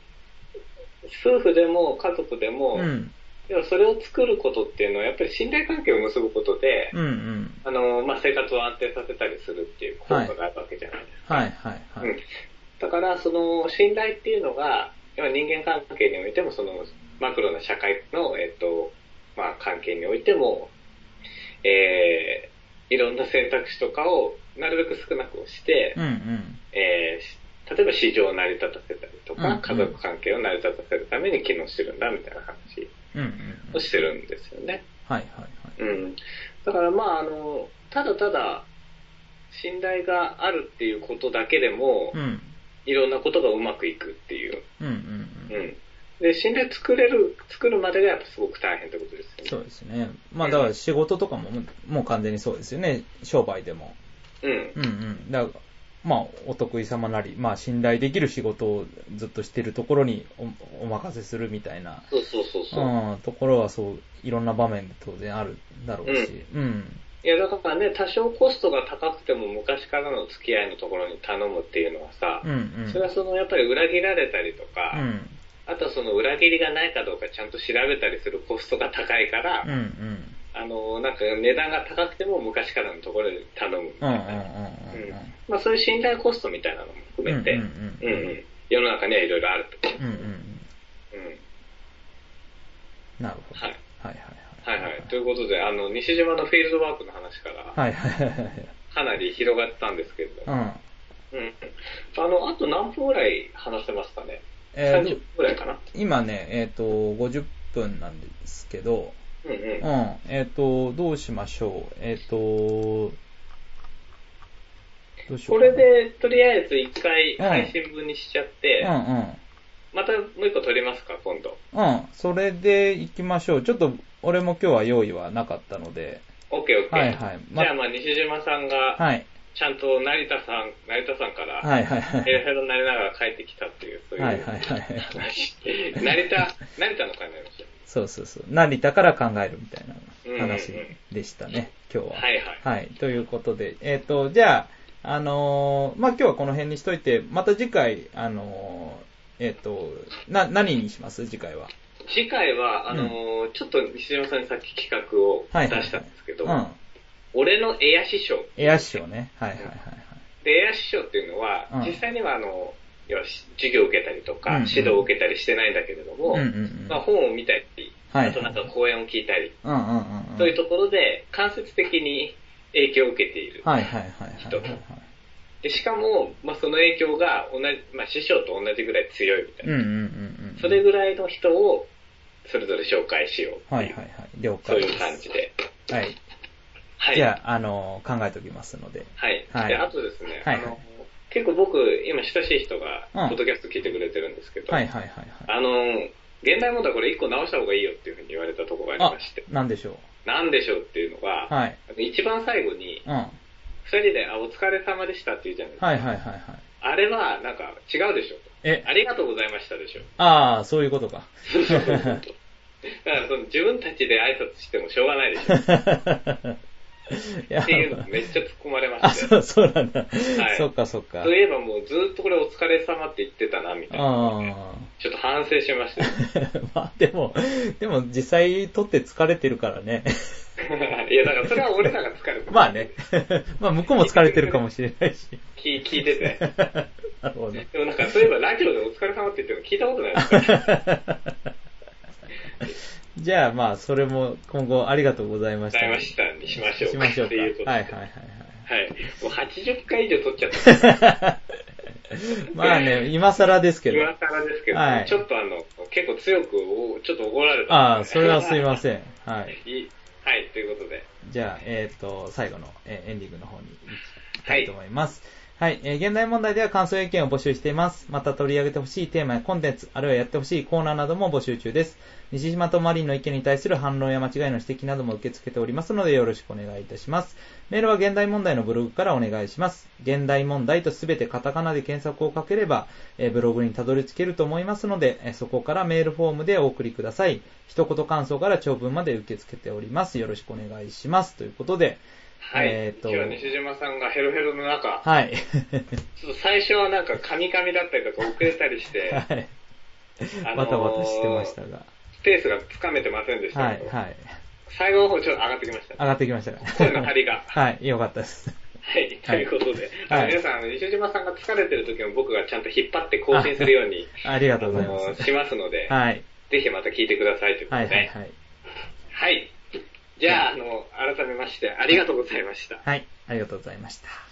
[SPEAKER 2] 夫婦でも家族でも、
[SPEAKER 1] うん。
[SPEAKER 2] 要はそれを作ることっていうのはやっぱり信頼関係を結ぶことで、
[SPEAKER 1] うんうん。
[SPEAKER 2] あの、まあ、生活を安定させたりするっていう効果があるわけじゃないですか。
[SPEAKER 1] はいはいは
[SPEAKER 2] うん
[SPEAKER 1] い。
[SPEAKER 2] だから、その信頼っていうのが、要は人間関係においても、そのマクロな社会の、えっと、まあ、関係においても、えー、いろんな選択肢とかをなるべく少なくして、
[SPEAKER 1] うんうん。
[SPEAKER 2] えーし例えば市場を成り立たせたりと
[SPEAKER 1] うんう
[SPEAKER 2] か
[SPEAKER 1] ん、
[SPEAKER 2] 家族関係を成り立たせるために機能してるんだみたいな話
[SPEAKER 1] うんうん。
[SPEAKER 2] をしてるんですよね。
[SPEAKER 1] はいはいはい。
[SPEAKER 2] うん。だからまああの、ただただ、信頼があるっていうことだけでも、
[SPEAKER 1] うん。
[SPEAKER 2] いろんなことがうまくいくっていう。
[SPEAKER 1] うんうん
[SPEAKER 2] う
[SPEAKER 1] うん。
[SPEAKER 2] ん。で、信頼作れる、作るまでがやっぱすごく大変ってことです
[SPEAKER 1] そ
[SPEAKER 2] よ
[SPEAKER 1] うですね。まあだから仕事とかももうもう完全にそうですよね。商売でも。
[SPEAKER 2] ね。
[SPEAKER 1] うんうん。だからまあお得意様なり、まあ信頼できる仕事をずっとしてるところにおお任せするみたいな、
[SPEAKER 2] うん。そうそうそうそう。
[SPEAKER 1] うん、ところはそう、いろんな場面で当然あるだろうし。うん。
[SPEAKER 2] いや、だからね、多少コストが高くても昔からの付き合いのところに頼むっていうのはさ
[SPEAKER 1] う、んうん。
[SPEAKER 2] それはそのやっぱり裏切られたりとか、
[SPEAKER 1] うん。
[SPEAKER 2] あとはその裏切りがないかどうかちゃんと調べたりするコストが高いから、
[SPEAKER 1] うんうん。
[SPEAKER 2] あの、なんか値段が高くても昔からのところで頼むみ
[SPEAKER 1] うんうんうん
[SPEAKER 2] たいな。うんまあそういう信頼コストみたいなのも
[SPEAKER 1] うんうん。うんうん
[SPEAKER 2] 含めて、うんうん世の中にはいろいろあると。
[SPEAKER 1] うんうん。
[SPEAKER 2] うん。
[SPEAKER 1] なるほど。
[SPEAKER 2] はい。
[SPEAKER 1] はいは
[SPEAKER 2] はいいはい。ということで、あの、西島のフィールドワークの話から、
[SPEAKER 1] はい。はいはいはいはい。
[SPEAKER 2] かなり広がったんですけれど
[SPEAKER 1] う
[SPEAKER 2] も、
[SPEAKER 1] ん。
[SPEAKER 2] うん。あの、あと何分ぐらい話せますかね
[SPEAKER 1] えー
[SPEAKER 2] ?30 分ぐらいかな
[SPEAKER 1] 今ね、えっ、と、50分なんですけど、
[SPEAKER 2] うんう
[SPEAKER 1] う
[SPEAKER 2] ん。
[SPEAKER 1] ん、えっ、と、どうしましょう。えっ、と、どうしよ
[SPEAKER 2] こ
[SPEAKER 1] うかな
[SPEAKER 2] れ、で、とりあえず一回配信分にしちゃって、
[SPEAKER 1] うんうん。
[SPEAKER 2] またもう一個撮りますか、今度。
[SPEAKER 1] うん、それで行きましょう。ちょっと、俺も今日は用意はなかったので、
[SPEAKER 2] OK、OK。
[SPEAKER 1] はいはいま
[SPEAKER 2] じゃあまあ西島さんが、
[SPEAKER 1] はい、
[SPEAKER 2] ちゃんと成田さん、成田さんから、
[SPEAKER 1] はいはいは
[SPEAKER 2] ヘロ
[SPEAKER 1] い。
[SPEAKER 2] ヘロになりながら帰ってきたっていう、そういう
[SPEAKER 1] はい
[SPEAKER 2] 話。
[SPEAKER 1] はいはい。
[SPEAKER 2] 成田、成田の会になりまし
[SPEAKER 1] そうそうそう。成田から考えるみたいな話
[SPEAKER 2] うんうんうん
[SPEAKER 1] でしたね、今日
[SPEAKER 2] た。
[SPEAKER 1] は。
[SPEAKER 2] はいはい。
[SPEAKER 1] はい、ということで、えっ、と、じゃあ、あのーまあ、今日はこの辺にしといて、また次回、あのーえっ、と、な、何にします次回は。
[SPEAKER 2] 次回は、あのーちょっと西島さんにさっき企画を
[SPEAKER 1] はい
[SPEAKER 2] 出したんですけど、
[SPEAKER 1] うん。
[SPEAKER 2] 俺のエア師匠。
[SPEAKER 1] エア師匠ね。はいはいはい
[SPEAKER 2] で、エア師匠っていうのは、
[SPEAKER 1] うん
[SPEAKER 2] 実際にはあの、要はし授業を受けたりとか、
[SPEAKER 1] うんうん
[SPEAKER 2] 指導を受けたりしてないんだけれども、
[SPEAKER 1] はい。うんうん
[SPEAKER 2] まあ本を見たり、
[SPEAKER 1] はい
[SPEAKER 2] あとなんか講演を聞いたり、
[SPEAKER 1] うん。うんうんうんうん。
[SPEAKER 2] というところで、間接的に影響を受けている。
[SPEAKER 1] はいはいはいはいはい
[SPEAKER 2] 人
[SPEAKER 1] はい。
[SPEAKER 2] でしかも、まあその影響が同じ、まあ師匠と同じぐらい強いみたい
[SPEAKER 1] うん
[SPEAKER 2] な。
[SPEAKER 1] うんうんうん。
[SPEAKER 2] それぐらいの人を、それぞれ紹介しようっていう、
[SPEAKER 1] はいはいはい。了
[SPEAKER 2] そう
[SPEAKER 1] 解
[SPEAKER 2] いう感じで。
[SPEAKER 1] じ。はい。
[SPEAKER 2] はい。
[SPEAKER 1] じゃあ、あの、考えておきますので。
[SPEAKER 2] はい。
[SPEAKER 1] はい
[SPEAKER 2] で、あとですね、
[SPEAKER 1] はいはい
[SPEAKER 2] あの、結構僕、今親しい人が
[SPEAKER 1] うん、
[SPEAKER 2] ポッドキャスト聞いてくれてるんですけど、
[SPEAKER 1] はいはいはいはい。
[SPEAKER 2] あの、現代問題これ一個直した方がいいよっていうふうに言われたところがありまして、
[SPEAKER 1] なんでしょ
[SPEAKER 2] なんでしょうっていうのが、
[SPEAKER 1] う。はい。
[SPEAKER 2] 一番最後に、
[SPEAKER 1] うん。はい
[SPEAKER 2] 二人で、あ、お疲れ様でしたって言うじゃないですか。
[SPEAKER 1] はいはいはい。
[SPEAKER 2] あれは、なんか、違うでしょ。
[SPEAKER 1] え、
[SPEAKER 2] ありがとうございました でしょ。
[SPEAKER 1] ああ、そういうことか。
[SPEAKER 2] だからその自分たちで挨拶してもしょうがないでしょ。
[SPEAKER 1] いや
[SPEAKER 2] っていうのめっちゃ突っ込まれま
[SPEAKER 1] あ、
[SPEAKER 2] して。
[SPEAKER 1] そう、そうなんだ。
[SPEAKER 2] い
[SPEAKER 1] そっかそっか
[SPEAKER 2] そう。いえばもうずっとこれお疲れ様って言ってたな、みたいな。
[SPEAKER 1] ああ。
[SPEAKER 2] ちょっと反省しました。
[SPEAKER 1] まあでも、でも実際撮って疲れてるからね。
[SPEAKER 2] いや、だからそれは俺らが疲れてる
[SPEAKER 1] まあね。 まあ向こうも疲れてるかもしれないし。
[SPEAKER 2] 聞聞いてて。
[SPEAKER 1] なるほど。
[SPEAKER 2] でもなんか、そういえばラジオでお疲れ様って言ってるの聞いたことないですから。
[SPEAKER 1] じゃあまあそれも今後ありがとうございま
[SPEAKER 2] ご
[SPEAKER 1] した。
[SPEAKER 2] ざいましたにしましょう。
[SPEAKER 1] しましょう
[SPEAKER 2] って
[SPEAKER 1] か。
[SPEAKER 2] いうことで。
[SPEAKER 1] はいはい
[SPEAKER 2] は。
[SPEAKER 1] はいいはい。
[SPEAKER 2] もう80回以上撮っちゃった。
[SPEAKER 1] まあ ね、今更ですけど。
[SPEAKER 2] 今更ですけど、
[SPEAKER 1] はい
[SPEAKER 2] ちょっとあの、結構強くお、ちょっと怒られた。
[SPEAKER 1] ああ、それはすいま
[SPEAKER 2] ん。
[SPEAKER 1] せん。はい。
[SPEAKER 2] いいはい、ということで。
[SPEAKER 1] じゃあ、えっ、と、最後の、えーエンディングの方に行きたいと思います。はい、えー現代問題では感想や意見を募集しています。また取り上げてほしいテーマやコンテンツ、あるいはやってほしいコーナーなども募集中です。西島とマリンの意見に対する反論や間違いの指摘なども受け付けておりますのでよろしくお願いいたします。メールは現代問題のブログからお願いします。現代問題とすべてカタカナで検索をかければ、えーブログにたどり着けると思いますので、えーそこからメールフォームでお送りください。一言感想から長文まで受け付けております。よろしくお願いします。ということで、
[SPEAKER 2] はい。
[SPEAKER 1] えーと
[SPEAKER 2] 今日は西島さんがヘロヘロの中、
[SPEAKER 1] はい。
[SPEAKER 2] ちょっと最初はなんかカミカミだったりとか遅れたりして、
[SPEAKER 1] はい。
[SPEAKER 2] あの
[SPEAKER 1] バ
[SPEAKER 2] ー
[SPEAKER 1] タバタしてましたが。
[SPEAKER 2] スペースがつかめてませんでした
[SPEAKER 1] は
[SPEAKER 2] け
[SPEAKER 1] い、
[SPEAKER 2] ど、
[SPEAKER 1] はい。
[SPEAKER 2] 最後の方ちょっと上がってきました
[SPEAKER 1] 上。がってきましたか。
[SPEAKER 2] 声の張りが。
[SPEAKER 1] はい、よかったです。
[SPEAKER 2] はい、ということで、
[SPEAKER 1] はい
[SPEAKER 2] あの皆さん、あの西島さんが疲れてる時も僕がちゃんと引っ張って更新するように、
[SPEAKER 1] ありが
[SPEAKER 2] あ
[SPEAKER 1] とうございま
[SPEAKER 2] の、
[SPEAKER 1] す。
[SPEAKER 2] しますので、
[SPEAKER 1] はい。
[SPEAKER 2] ぜひまた聞いてくださいというこ
[SPEAKER 1] は
[SPEAKER 2] と
[SPEAKER 1] い、
[SPEAKER 2] で
[SPEAKER 1] はい、
[SPEAKER 2] ね。
[SPEAKER 1] はい。
[SPEAKER 2] はい。じゃあ、あの、改めまして、ありがとうございました。
[SPEAKER 1] はい、ありがとうございました。